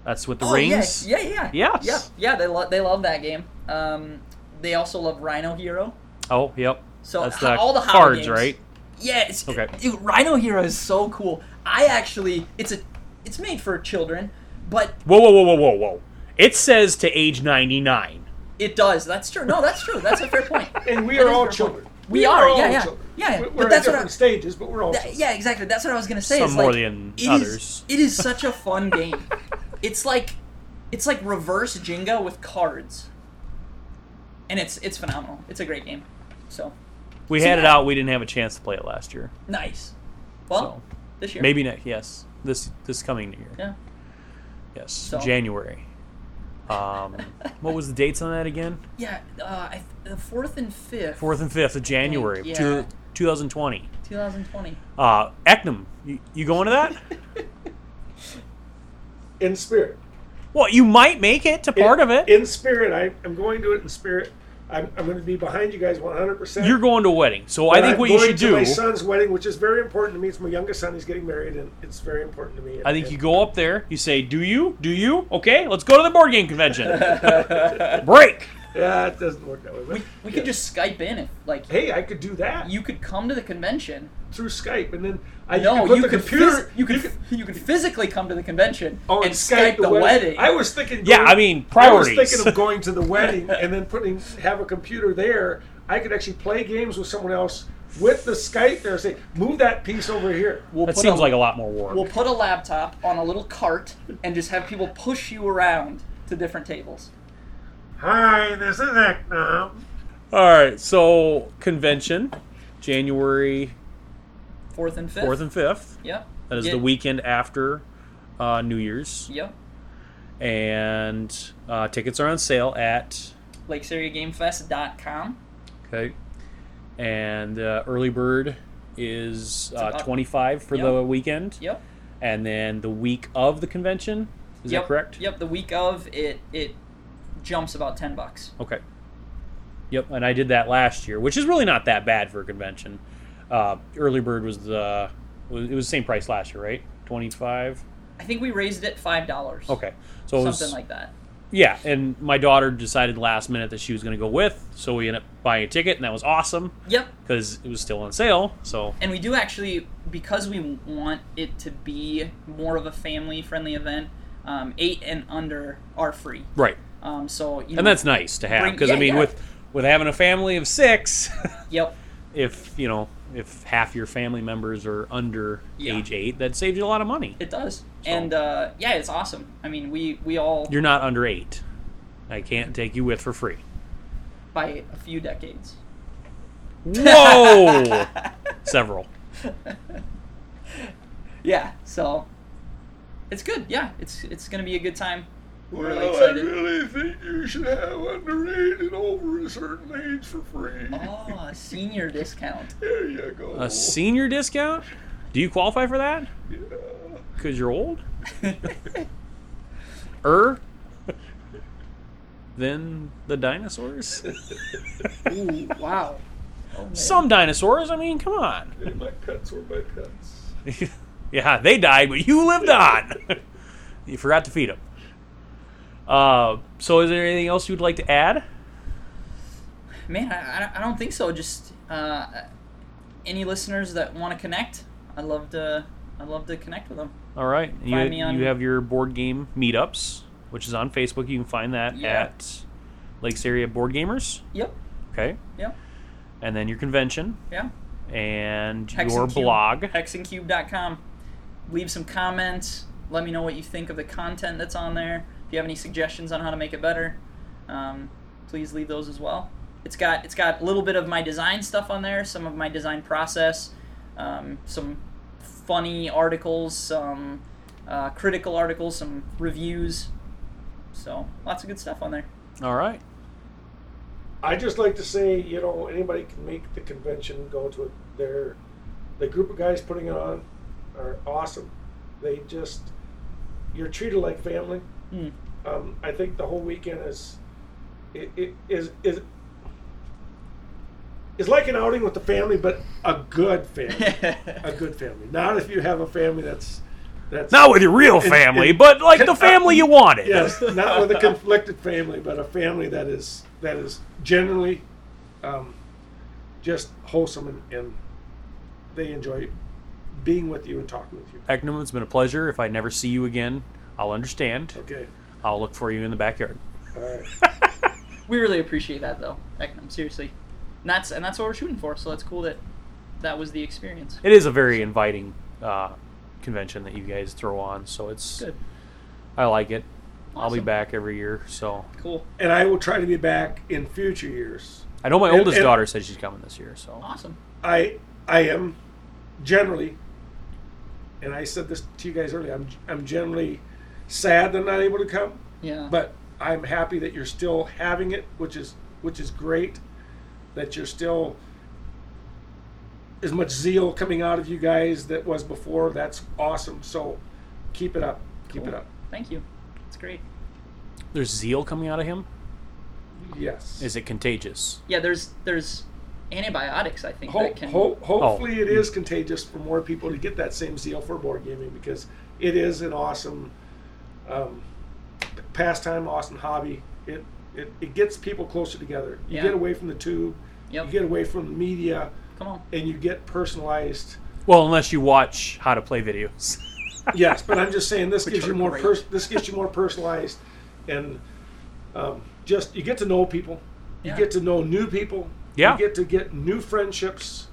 Speaker 1: That's with the
Speaker 2: Oh,
Speaker 1: rings.
Speaker 2: Yeah, yeah, yeah.
Speaker 1: Yes.
Speaker 2: Yeah, yeah they, lo- they love that game. Um, they also love Rhino Hero.
Speaker 1: Oh, yep.
Speaker 2: So
Speaker 1: that's
Speaker 2: ho-
Speaker 1: the
Speaker 2: all the hobby
Speaker 1: cards,
Speaker 2: games.
Speaker 1: right?
Speaker 2: Yeah, it's,
Speaker 1: Okay.
Speaker 2: dude, Rhino Hero is so cool. I actually, it's a, it's made for children, but
Speaker 1: Whoa, whoa, whoa, whoa, whoa, whoa! It says to age 99.
Speaker 2: it does. That's true. No, that's true. That's a fair point.
Speaker 3: And we
Speaker 2: That
Speaker 3: are
Speaker 2: is
Speaker 3: all
Speaker 2: fair
Speaker 3: children.
Speaker 2: point. We are,
Speaker 3: all
Speaker 2: yeah, yeah.
Speaker 3: children.
Speaker 2: Yeah, yeah,
Speaker 3: We're-
Speaker 2: but
Speaker 3: We're at
Speaker 2: that's what
Speaker 3: different
Speaker 2: I-
Speaker 3: stages, but we're all.
Speaker 2: That-
Speaker 3: children.
Speaker 2: yeah, exactly. That's what I was gonna say.
Speaker 1: Some
Speaker 2: It's
Speaker 1: more
Speaker 2: like,
Speaker 1: than
Speaker 2: it is-
Speaker 1: others.
Speaker 2: it is such a fun game. It's like, it's like reverse Jenga with cards, and it's it's phenomenal. It's a great game. So
Speaker 1: We had it out. We didn't have a chance to play it last year.
Speaker 2: nice. Well,
Speaker 1: So,
Speaker 2: this year
Speaker 1: Maybe next. Yes, this this coming year.
Speaker 2: Yeah.
Speaker 1: Yes,
Speaker 2: So-
Speaker 1: January. Um, what was the dates on that again?
Speaker 2: Yeah, uh, I, the fourth and fifth.
Speaker 1: Fourth and fifth of January,
Speaker 2: yeah.
Speaker 1: two, 2020.
Speaker 2: 2020.
Speaker 1: Uh, Eknam, you, you going to that?
Speaker 3: In spirit.
Speaker 1: well, you might make it to part
Speaker 3: In-
Speaker 1: of it.
Speaker 3: In spirit, I, I'm going to it in spirit. I'm, I'm going to be behind you guys 100. percent
Speaker 1: You're going to a wedding, so I
Speaker 3: But
Speaker 1: think
Speaker 3: I'm
Speaker 1: what you
Speaker 3: going
Speaker 1: should
Speaker 3: to
Speaker 1: do.
Speaker 3: My son's wedding, which is very important to me. It's my youngest son. He's getting married, and it's very important to me.
Speaker 1: I think you go up there, you say, "Do you? Do you? Okay, let's go to the board game convention." Break.
Speaker 3: Yeah, it doesn't work that way. But,
Speaker 2: We could just Skype in if, like,
Speaker 3: Hey, I could do that
Speaker 2: you could come to the convention.
Speaker 3: through Skype, and then I
Speaker 2: no,
Speaker 3: could put
Speaker 2: you
Speaker 3: the
Speaker 2: could,
Speaker 3: computer.
Speaker 2: phys- you could you could physically come to the convention
Speaker 3: oh,
Speaker 2: and Skype, the wedding.
Speaker 3: I was thinking.
Speaker 1: Yeah,
Speaker 3: going-
Speaker 1: I mean,
Speaker 3: I was
Speaker 1: priorities.
Speaker 3: thinking of going to the wedding and then putting have a computer there. I could actually play games with someone else with the Skype there. Say, move that piece over here.
Speaker 2: we'll
Speaker 1: That
Speaker 2: put
Speaker 1: seems
Speaker 2: a,
Speaker 1: like a lot more work.
Speaker 2: we'll put a laptop on a little cart and just have people push you around to different tables.
Speaker 3: Hi, this is Eknam.
Speaker 1: All right, so convention, January
Speaker 2: Fourth and fifth.
Speaker 1: fourth and fifth.
Speaker 2: Yep.
Speaker 1: That is
Speaker 2: Yeah.
Speaker 1: the weekend after uh, New Year's,
Speaker 2: Yep.
Speaker 1: and uh, tickets are on sale at
Speaker 2: LakeSeriaGameFest.com.
Speaker 1: okay, and uh, early bird is uh,
Speaker 2: about-
Speaker 1: twenty five for the
Speaker 2: Yep.
Speaker 1: weekend,
Speaker 2: Yep.
Speaker 1: and then the week of the convention is
Speaker 2: yep.
Speaker 1: that correct?
Speaker 2: Yep. The week of it, it jumps about ten bucks.
Speaker 1: Okay. Yep, and I did that last year, which is really not that bad for a convention. Uh, early bird was the was, it was the same price last year, right? Twenty five.
Speaker 2: I think we raised it five dollars.
Speaker 1: Okay, so it was
Speaker 2: something like that.
Speaker 1: yeah, and my daughter decided last minute that she was going to go with, so we ended up buying a ticket, and that was awesome
Speaker 2: Yep.
Speaker 1: because it was still on sale. So
Speaker 2: And we do actually, because we want it to be more of a family friendly event, um, eight and under are free.
Speaker 1: right,
Speaker 2: Um, so, you know,
Speaker 1: and that's nice to have
Speaker 2: Bring-
Speaker 1: because I
Speaker 2: yeah,
Speaker 1: mean
Speaker 2: yeah.
Speaker 1: with with having a family of six,
Speaker 2: Yep.
Speaker 1: if you know if half your family members are under
Speaker 2: Yeah.
Speaker 1: age eight, that saves you a lot of money.
Speaker 2: It does. And uh, yeah, it's awesome. I mean, we, we all,
Speaker 1: You're not under eight. I can't take you with for free.
Speaker 2: by a few decades.
Speaker 1: Whoa, several.
Speaker 2: Yeah, so it's good. Yeah, it's it's gonna be a good time. We're really
Speaker 3: Well,
Speaker 2: excited.
Speaker 3: I really think you should have underage and over a certain age for free.
Speaker 2: Oh, a senior discount.
Speaker 3: There you go.
Speaker 1: A senior discount? Do you qualify for that?
Speaker 3: Yeah.
Speaker 1: Because you're old? Er? Then the dinosaurs?
Speaker 2: Ooh, wow. Oh, man.
Speaker 1: Some dinosaurs, I mean, come on.
Speaker 3: Hey, my cuts were my cuts.
Speaker 1: yeah, they died, but you lived on. you forgot to feed them. Uh, so, is there anything else you'd like to add?
Speaker 2: man, I, I don't- I don't think so. Just uh, any listeners that want to connect, I would love to I would love to connect with them.
Speaker 1: All right. You,
Speaker 2: Find me on-
Speaker 1: you have your board game meetups, which is on Facebook. You can find that
Speaker 2: Yeah.
Speaker 1: at Lakes Area Board Gamers.
Speaker 2: Yep.
Speaker 1: Okay.
Speaker 2: Yep.
Speaker 1: And then your convention
Speaker 2: Yeah.
Speaker 1: and
Speaker 2: Hex
Speaker 1: your
Speaker 2: and Cube-
Speaker 1: blog.
Speaker 2: hexandcube.com. Leave some comments. Let me know what you think of the content that's on there. If you have any suggestions on how to make it better, um, please leave those as well. It's got it's got a little bit of my design stuff on there, some of my design process, um, some funny articles, some uh, critical articles, some reviews. So lots of good stuff on there.
Speaker 1: All right.
Speaker 3: I just like to say, you know, anybody can make the convention go to it. They're, the group of guys putting it on are awesome. They just, you're treated like family.
Speaker 2: Mm.
Speaker 3: Um, I think the whole weekend is, it, it is is is like an outing with the family, but a good family, a good family. Not if you have a family that's that's
Speaker 1: Not with your real family,
Speaker 3: and-
Speaker 1: but like the family you wanted.
Speaker 3: uh, yes, not with a conflicted family, but a family that is that is generally um, just wholesome and, and they enjoy being with you and talking with you.
Speaker 1: Eknum, it's been a pleasure. If I never see you again, I'll understand.
Speaker 3: Okay,
Speaker 1: I'll look for you in the backyard.
Speaker 3: all right.
Speaker 2: We really appreciate that though, Eknam. Seriously, and that's and that's what we're shooting for. So that's cool that that was the experience.
Speaker 1: It is a very inviting uh, convention that you guys throw on, so it's
Speaker 2: Good.
Speaker 1: I like it. I'll be
Speaker 2: Awesome.
Speaker 1: back every year. So
Speaker 2: Cool.
Speaker 3: And I will try to be back in future years.
Speaker 1: I know my
Speaker 3: And-
Speaker 1: oldest
Speaker 3: and-
Speaker 1: daughter said she's coming this year. So
Speaker 2: Awesome.
Speaker 3: I I am generally, and I said this to you guys earlier. I'm I'm generally sad that I'm not able to come,
Speaker 2: Yeah.
Speaker 3: but I'm happy that you're still having it, which is which is great. That you're still as much zeal coming out of you guys that was before. That's awesome. So keep it up. Keep it
Speaker 2: Cool.
Speaker 3: up.
Speaker 2: thank you. It's great.
Speaker 1: there's zeal coming out of him.
Speaker 3: Yes.
Speaker 1: Is it contagious?
Speaker 2: Yeah, there's there's antibiotics I think
Speaker 3: Ho-
Speaker 2: that can
Speaker 3: ho-
Speaker 1: Oh.
Speaker 3: hopefully, it is contagious for more people to get that same zeal for board gaming because it is an awesome um, pastime, awesome hobby. It, it it gets people closer together. You
Speaker 2: Yeah.
Speaker 3: get away from the tube,
Speaker 2: Yep.
Speaker 3: you get away from the media,
Speaker 2: Come on.
Speaker 3: and you get personalized.
Speaker 1: Well, unless you watch how to play videos.
Speaker 3: yes, but I'm just saying this
Speaker 2: Which
Speaker 3: gives you
Speaker 2: are
Speaker 3: more
Speaker 2: great.
Speaker 3: pers- this gives you more personalized, and um, just you get to know people. You
Speaker 2: Yeah.
Speaker 3: get to know new people.
Speaker 1: Yeah.
Speaker 3: You get to get new friendships,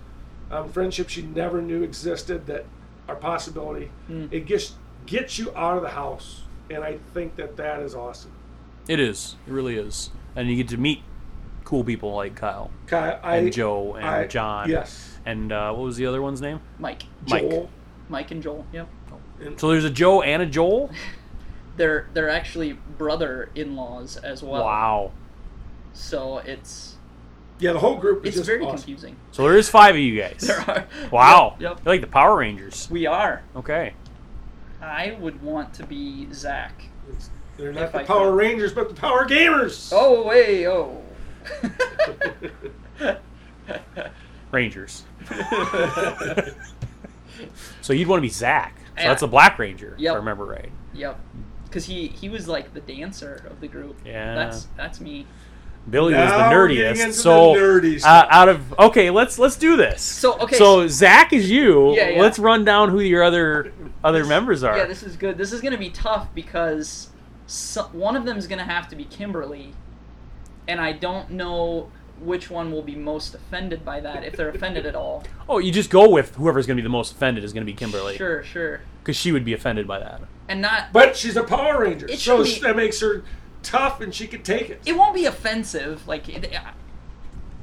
Speaker 3: um, friendships you never knew existed that are possibility.
Speaker 2: Hmm.
Speaker 3: It gets gets you out of the house, and I think that that is awesome.
Speaker 1: it is. It really is. And you get to meet cool people like Kyle
Speaker 3: Kai, I,
Speaker 1: and Joe and
Speaker 3: I-
Speaker 1: John.
Speaker 3: Yes.
Speaker 1: And uh, what was the other one's name?
Speaker 2: Mike.
Speaker 1: Mike.
Speaker 3: Joel.
Speaker 2: Mike and Joel. Yep.
Speaker 3: And,
Speaker 1: So there's a Joe and a Joel.
Speaker 2: They're they're actually brother in laws as well.
Speaker 1: Wow.
Speaker 2: So it's
Speaker 3: yeah, the whole group is
Speaker 2: it's
Speaker 3: just
Speaker 2: very
Speaker 3: awesome.
Speaker 2: confusing.
Speaker 1: So there is five of you guys.
Speaker 2: There are
Speaker 1: Wow.
Speaker 2: Yep. yep.
Speaker 1: You're like the Power Rangers.
Speaker 2: We are.
Speaker 1: Okay.
Speaker 2: I would want to be Zach.
Speaker 3: It's- They're not
Speaker 2: If
Speaker 3: the
Speaker 2: I
Speaker 3: Power
Speaker 2: could.
Speaker 3: Rangers, but the Power Gamers.
Speaker 2: Oh way oh.
Speaker 1: Rangers. so you'd want to be Zach. So
Speaker 2: Yeah.
Speaker 1: that's the Black Ranger, if I
Speaker 2: Yep.
Speaker 1: remember right.
Speaker 2: yep. because he he was like the dancer of the group.
Speaker 1: Yeah.
Speaker 2: that's that's me.
Speaker 1: Billy was the
Speaker 3: Now we're getting
Speaker 1: nerdiest.
Speaker 3: into
Speaker 1: So
Speaker 3: the nerdy
Speaker 1: uh,
Speaker 3: stuff.
Speaker 1: out of okay, let's let's do this.
Speaker 2: So, okay,
Speaker 1: So Zach is you.
Speaker 2: Yeah, yeah.
Speaker 1: Let's run down who your other other members are.
Speaker 2: Yeah, this is good. This is gonna be tough because so, one of them is gonna have to be Kimberly, and I don't know which one will be most offended by that if they're offended at all.
Speaker 1: oh, you just go with whoever's going to be the most offended is going to be Kimberly because
Speaker 2: Sure, sure,
Speaker 1: she would be offended by that.
Speaker 2: and not.
Speaker 3: But she's a Power Ranger,
Speaker 2: It
Speaker 3: so
Speaker 2: should be-
Speaker 3: that makes her tough, and she can take it.
Speaker 2: it won't be offensive. Like, it, uh,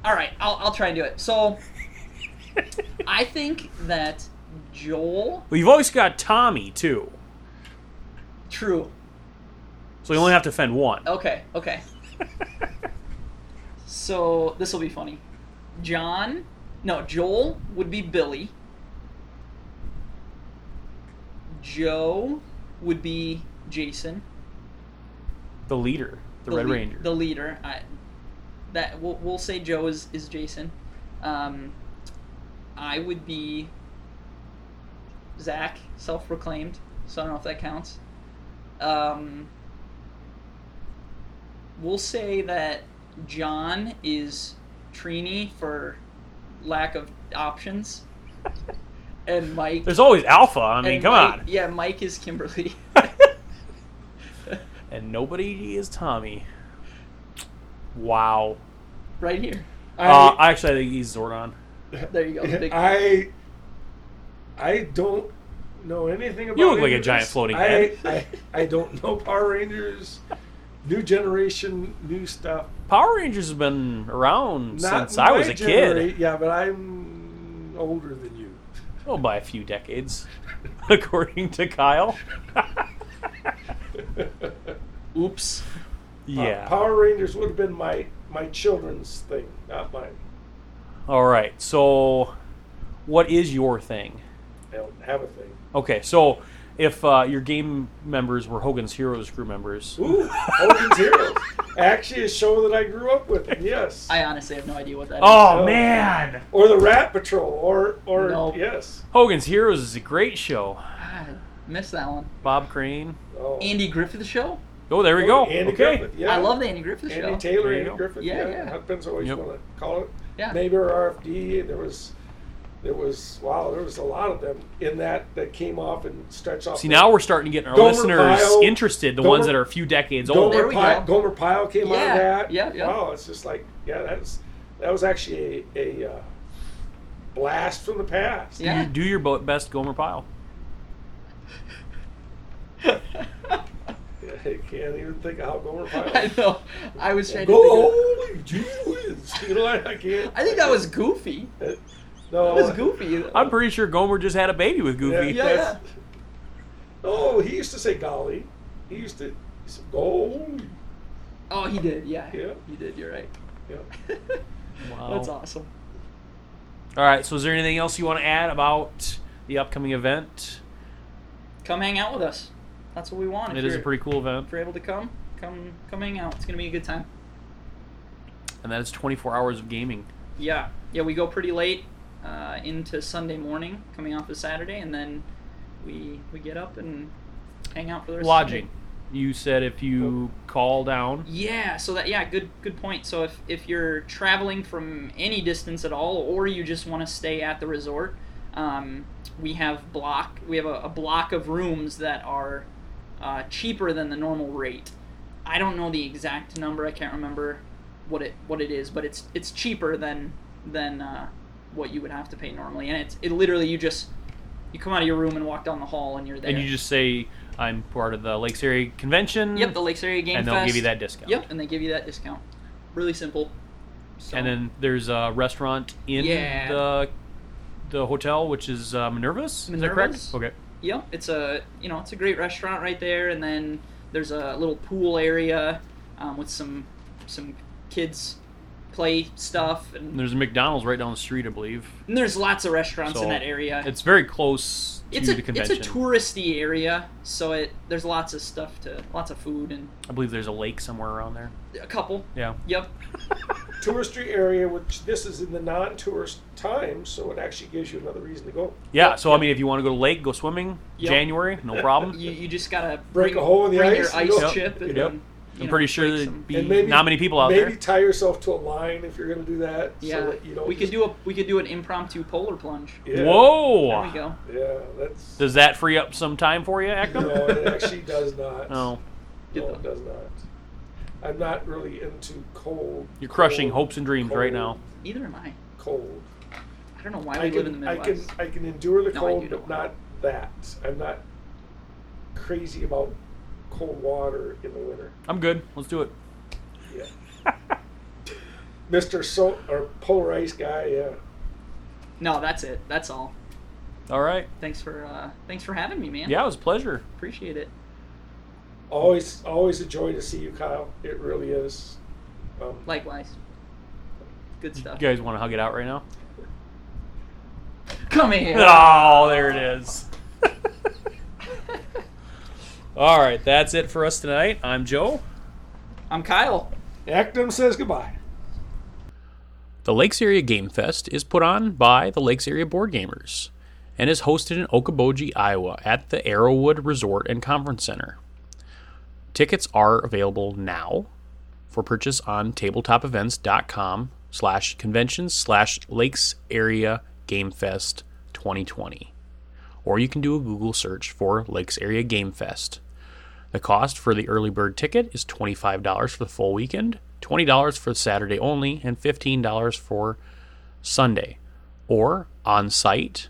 Speaker 2: all right, I'll, I'll try and do it. So, I think that Joel,
Speaker 1: Well, you've always got Tommy too,
Speaker 2: true.
Speaker 1: so you only have to offend one.
Speaker 2: Okay, okay. so this will be funny. John, no, Joel would be Billy. Joe would be Jason.
Speaker 1: The leader, the, Red
Speaker 2: lea-
Speaker 1: Ranger.
Speaker 2: the leader. I, that we'll, we'll say Joe is is Jason. Um, I would be Zach, self-proclaimed. So I don't know if that counts. Um, we'll say that John is Trini for lack of options, and Mike.
Speaker 1: There's always Alpha. I mean,
Speaker 2: and
Speaker 1: come
Speaker 2: Mike-
Speaker 1: on.
Speaker 2: Yeah, Mike is Kimberly.
Speaker 1: and nobody is Tommy. Wow.
Speaker 2: right here.
Speaker 3: I,
Speaker 1: Uh, actually, I think he's Zordon.
Speaker 2: There you go. the big-
Speaker 3: I I don't know anything about.
Speaker 1: look like
Speaker 3: any
Speaker 1: a
Speaker 3: of
Speaker 1: giant
Speaker 3: this.
Speaker 1: floating
Speaker 3: I,
Speaker 1: head.
Speaker 3: I, I don't know Power Rangers, new generation, new stuff.
Speaker 1: Power Rangers has been around
Speaker 3: Not
Speaker 1: since I was
Speaker 3: my
Speaker 1: a
Speaker 3: genera-
Speaker 1: kid.
Speaker 3: Yeah, but I'm older than you.
Speaker 1: Oh, by a few decades, according to Kyle.
Speaker 3: Uh,
Speaker 2: Oops.
Speaker 1: yeah.
Speaker 3: Uh, Power Rangers would have been my my children's thing, not mine.
Speaker 1: All right. So, what is your thing?
Speaker 3: I don't have a thing.
Speaker 1: Okay. So, if uh, your game members were Hogan's Heroes crew members,
Speaker 3: Ooh, Hogan's Heroes. Actually, a show that I grew up with. Yes.
Speaker 2: I honestly have no idea what that is.
Speaker 1: oh man,
Speaker 3: or the Rat Patrol. Or or
Speaker 2: Nope.
Speaker 3: yes.
Speaker 1: Hogan's Heroes is a great show.
Speaker 2: I missed that one.
Speaker 1: Bob Crane.
Speaker 3: Oh.
Speaker 2: Andy Griffith Show.
Speaker 1: Oh, there we go.
Speaker 3: Andy
Speaker 1: okay.
Speaker 3: Griffith, yeah.
Speaker 2: I love the Andy Griffith
Speaker 3: Andy
Speaker 2: Show.
Speaker 3: Taylor,
Speaker 1: There you
Speaker 3: Andy
Speaker 1: go.
Speaker 3: Griffith.
Speaker 2: Yeah,
Speaker 3: Yeah,
Speaker 2: yeah.
Speaker 3: Husbands always
Speaker 1: Yep.
Speaker 3: want to call it.
Speaker 2: Yeah.
Speaker 3: Neighbor RFD. There was, there was wow. There was a lot of them in that that came off and stretched off.
Speaker 1: See,
Speaker 3: the-
Speaker 1: now we're starting to get our
Speaker 3: Gomer
Speaker 1: listeners
Speaker 3: Pyle.
Speaker 1: interested. The
Speaker 3: Gomer-
Speaker 1: ones that are a few decades old.
Speaker 2: There
Speaker 3: Gomer
Speaker 2: we
Speaker 3: Pyle,
Speaker 2: go.
Speaker 3: Gomer Pyle came out
Speaker 2: Yeah,
Speaker 3: of that.
Speaker 2: yeah, yeah.
Speaker 3: Wow, it's just like yeah, that was that was actually a, a uh, blast from the past.
Speaker 1: Do
Speaker 2: Yeah.
Speaker 1: your- Do your bo- best, Gomer Pyle.
Speaker 3: I can't even think of how Gomer Pyle.
Speaker 2: I know. I was trying to.
Speaker 3: Go
Speaker 2: Think of-
Speaker 3: holy Jesus! You know I, I can't.
Speaker 2: I think that was Goofy.
Speaker 3: Uh,
Speaker 2: That
Speaker 3: No,
Speaker 2: was Goofy.
Speaker 1: I'm pretty sure Gomer just had a baby with Goofy.
Speaker 2: Oh. Yeah,
Speaker 3: that's- Oh, he used to say golly. He used to he said, golly.
Speaker 2: Oh, he did. Yeah.
Speaker 3: Yeah.
Speaker 2: He did. You're right.
Speaker 3: Yeah.
Speaker 1: Wow.
Speaker 2: That's awesome.
Speaker 1: All right. So, is there anything else you want to add about the upcoming event?
Speaker 2: Come hang out with us. That's what we want.
Speaker 1: It
Speaker 2: if
Speaker 1: is a
Speaker 2: you're-
Speaker 1: pretty cool event,
Speaker 2: If you're able to come, come, come hang out. It's gonna be a good time.
Speaker 1: and that is 24 hours of gaming.
Speaker 2: Yeah, yeah, we go pretty late uh, into Sunday morning, coming off of Saturday, and then we we get up and hang out for the rest
Speaker 1: Lodging.
Speaker 2: Of
Speaker 1: You said if you call
Speaker 2: the
Speaker 1: down.
Speaker 2: day. Oh. Yeah, so that yeah, good good point. So if if you're traveling from any distance at all, or you just want to stay at the resort, um, we have block we have a, a block of rooms that are uh, cheaper than the normal rate. I don't know the exact number. I can't remember what it what it is, but it's it's cheaper than than uh, what you would have to pay normally. And it's it literally you just you come out of your room and walk down the hall and you're there.
Speaker 1: And you just say, I'm part of the Lakes Area Convention.
Speaker 2: yep the Lakes Area Game
Speaker 1: Mm. And they'll give
Speaker 2: Fest.
Speaker 1: you that discount.
Speaker 2: Yep, and they give you that discount. Really simple. So,
Speaker 1: And then there's a restaurant in
Speaker 2: Yeah.
Speaker 1: the the hotel, which is uh, Minerva's. Is
Speaker 2: Minerva's?
Speaker 1: that correct? Okay.
Speaker 2: yep, it's a you know it's a great restaurant right there, and then there's a little pool area um, with some some kids play stuff and
Speaker 1: And there's a McDonald's right down the street, I believe.
Speaker 2: And there's lots of restaurants
Speaker 1: So,
Speaker 2: in that area.
Speaker 1: It's very close
Speaker 2: it's
Speaker 5: to
Speaker 2: a
Speaker 5: the convention.
Speaker 2: it's a touristy area, so it there's lots of stuff to lots of food and
Speaker 5: I believe there's a lake somewhere around there.
Speaker 2: a couple.
Speaker 5: Yeah.
Speaker 2: Yep.
Speaker 3: touristy area, which this is in the non-tourist time, so it actually gives you another reason to go.
Speaker 5: Yeah, so I mean, if you want to go to lake, go swimming,
Speaker 2: Yep.
Speaker 5: January, no problem.
Speaker 2: You, you just gotta
Speaker 3: Break
Speaker 2: bring-
Speaker 3: a hole in the
Speaker 2: bring
Speaker 3: ice
Speaker 2: your
Speaker 3: and
Speaker 2: ice
Speaker 3: go.
Speaker 2: chip. And,
Speaker 3: Yep.
Speaker 2: then, you
Speaker 5: I'm
Speaker 2: know,
Speaker 5: pretty sure
Speaker 2: break
Speaker 5: there'd
Speaker 2: some-
Speaker 5: be
Speaker 3: And maybe-
Speaker 5: not many people out
Speaker 3: Maybe
Speaker 5: there.
Speaker 3: tie yourself to a line if you're going to do that,
Speaker 2: Yeah,
Speaker 3: so that you don't.
Speaker 2: we could
Speaker 3: just-
Speaker 2: do a we could do an impromptu polar plunge.
Speaker 3: yeah,
Speaker 2: There we
Speaker 5: Whoa!
Speaker 2: go.
Speaker 3: Yeah, that's.
Speaker 5: Does that free up some time for you, Ekdom?
Speaker 3: no, it actually does not.
Speaker 5: No.
Speaker 3: No, it does not. I'm not really into cold.
Speaker 5: You're crushing
Speaker 3: cold,
Speaker 5: hopes and dreams right now.
Speaker 2: Either am I.
Speaker 3: Cold.
Speaker 2: I don't know why we
Speaker 3: I
Speaker 2: live in the
Speaker 3: can, I
Speaker 2: Midwest.
Speaker 3: can, I can endure the
Speaker 2: No, I do
Speaker 3: cold,
Speaker 2: know.
Speaker 3: but not that. I'm not crazy about cold water in the winter.
Speaker 5: I'm good. Let's do it.
Speaker 3: Yeah. Mr. So or Polar Ice guy, yeah.
Speaker 2: No, that's it. That's all.
Speaker 5: All right.
Speaker 2: Thanks for uh, thanks for having me, man.
Speaker 5: Yeah, it was a pleasure.
Speaker 2: appreciate it.
Speaker 3: Always always a joy to see you, Kyle. It really is. Um,
Speaker 2: Likewise. Good
Speaker 5: You
Speaker 2: stuff.
Speaker 5: guys want to hug it out right now?
Speaker 2: Come here.
Speaker 5: Oh, there it is. All right, that's it for us tonight. I'm Joe.
Speaker 2: I'm Kyle.
Speaker 3: Actum says goodbye.
Speaker 1: The Lakes Area Game Fest is put on by the Lakes Area Board Gamers and is hosted in Okoboji, Iowa at the Arrowwood Resort and Conference Center. Tickets are available now for purchase on tabletopevents.com slash conventions slash Lakes Area Game Fest 2020. Or you can do a Google search for Lakes Area Game Fest. The cost for the early bird ticket is $25 for the full weekend, $20 for Saturday only, and $15 for Sunday. Or on site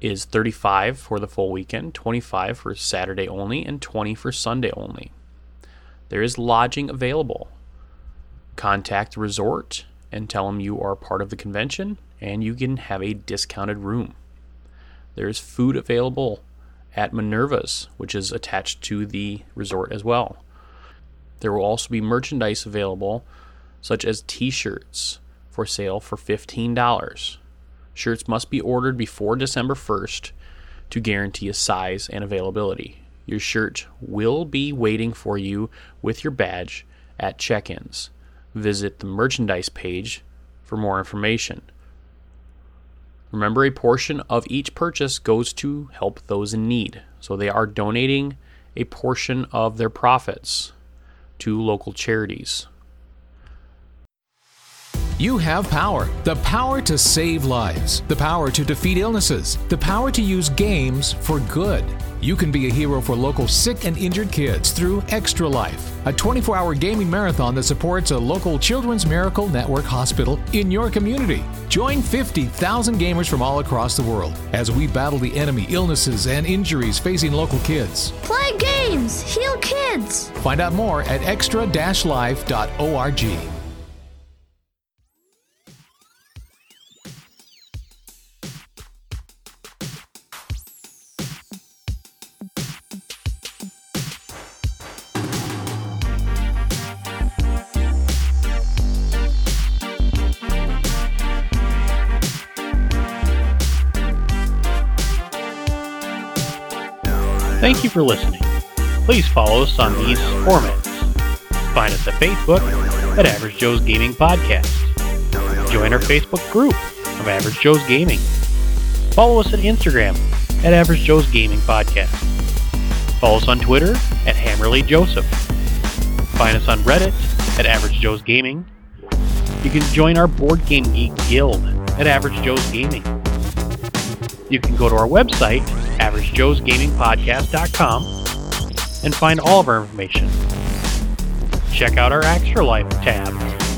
Speaker 1: is 35 for the full weekend, 25 for Saturday only, and 20 for Sunday only. There is lodging available. Contact the resort and tell them you are part of the convention and you can have a discounted room. There's food available at Minerva's, which is attached to the resort as well. There will also be merchandise available, such as t shirts for sale for $15. Shirts must be ordered before December 1st to guarantee a size and availability. Your shirt will be waiting for you with your badge at check ins. Visit the merchandise page for more information. Remember, a portion of each purchase goes to help those in need. So they are donating a portion of their profits to local charities.
Speaker 6: You have power. The power to save lives, the power to defeat illnesses, the power to use games for good. You can be a hero for local sick and injured kids through Extra Life, a 24 hour gaming marathon that supports a local Children's Miracle Network hospital in your community. Join 50,000 gamers from all across the world as we battle the enemy illnesses and injuries facing local kids.
Speaker 7: Play games, heal kids.
Speaker 6: Find out more at extra life.org.
Speaker 8: Thank you for listening. Please follow us on these formats. Find us at Facebook at Average Joe's Gaming Podcast. Join our Facebook group of Average Joe's Gaming. Follow us on Instagram at Average Joe's Gaming Podcast. Follow us on Twitter at Hammerly Joseph. Find us on Reddit at Average Joe's Gaming. You can join our Board Game Geek Guild at Average Joe's Gaming you can go to our website, averagejoesgamingpodcast.com, and find all of our information. Check out our Extra Life tab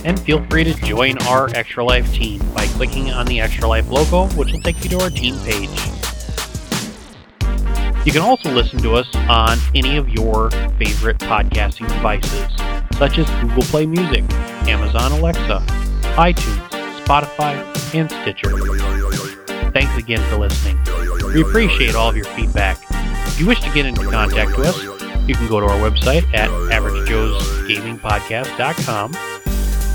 Speaker 8: and feel free to join our Extra Life team by clicking on the Extra Life logo, which will take you to our team page. You can also listen to us on any of your favorite podcasting devices, such as Google Play Music, Amazon Alexa, iTunes, Spotify, and Stitcher. Thanks again for listening. We appreciate all of your feedback. If you wish to get into contact with us, you can go to our website at averagejoesgamingpodcast.com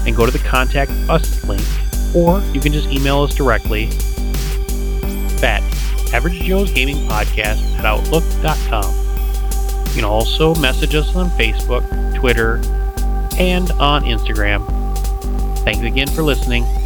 Speaker 8: and go to the contact us link, or you can just email us directly at Average Joe's Gaming Podcast at Outlook.com. You can also message us on Facebook, Twitter, and on Instagram. Thanks again for listening.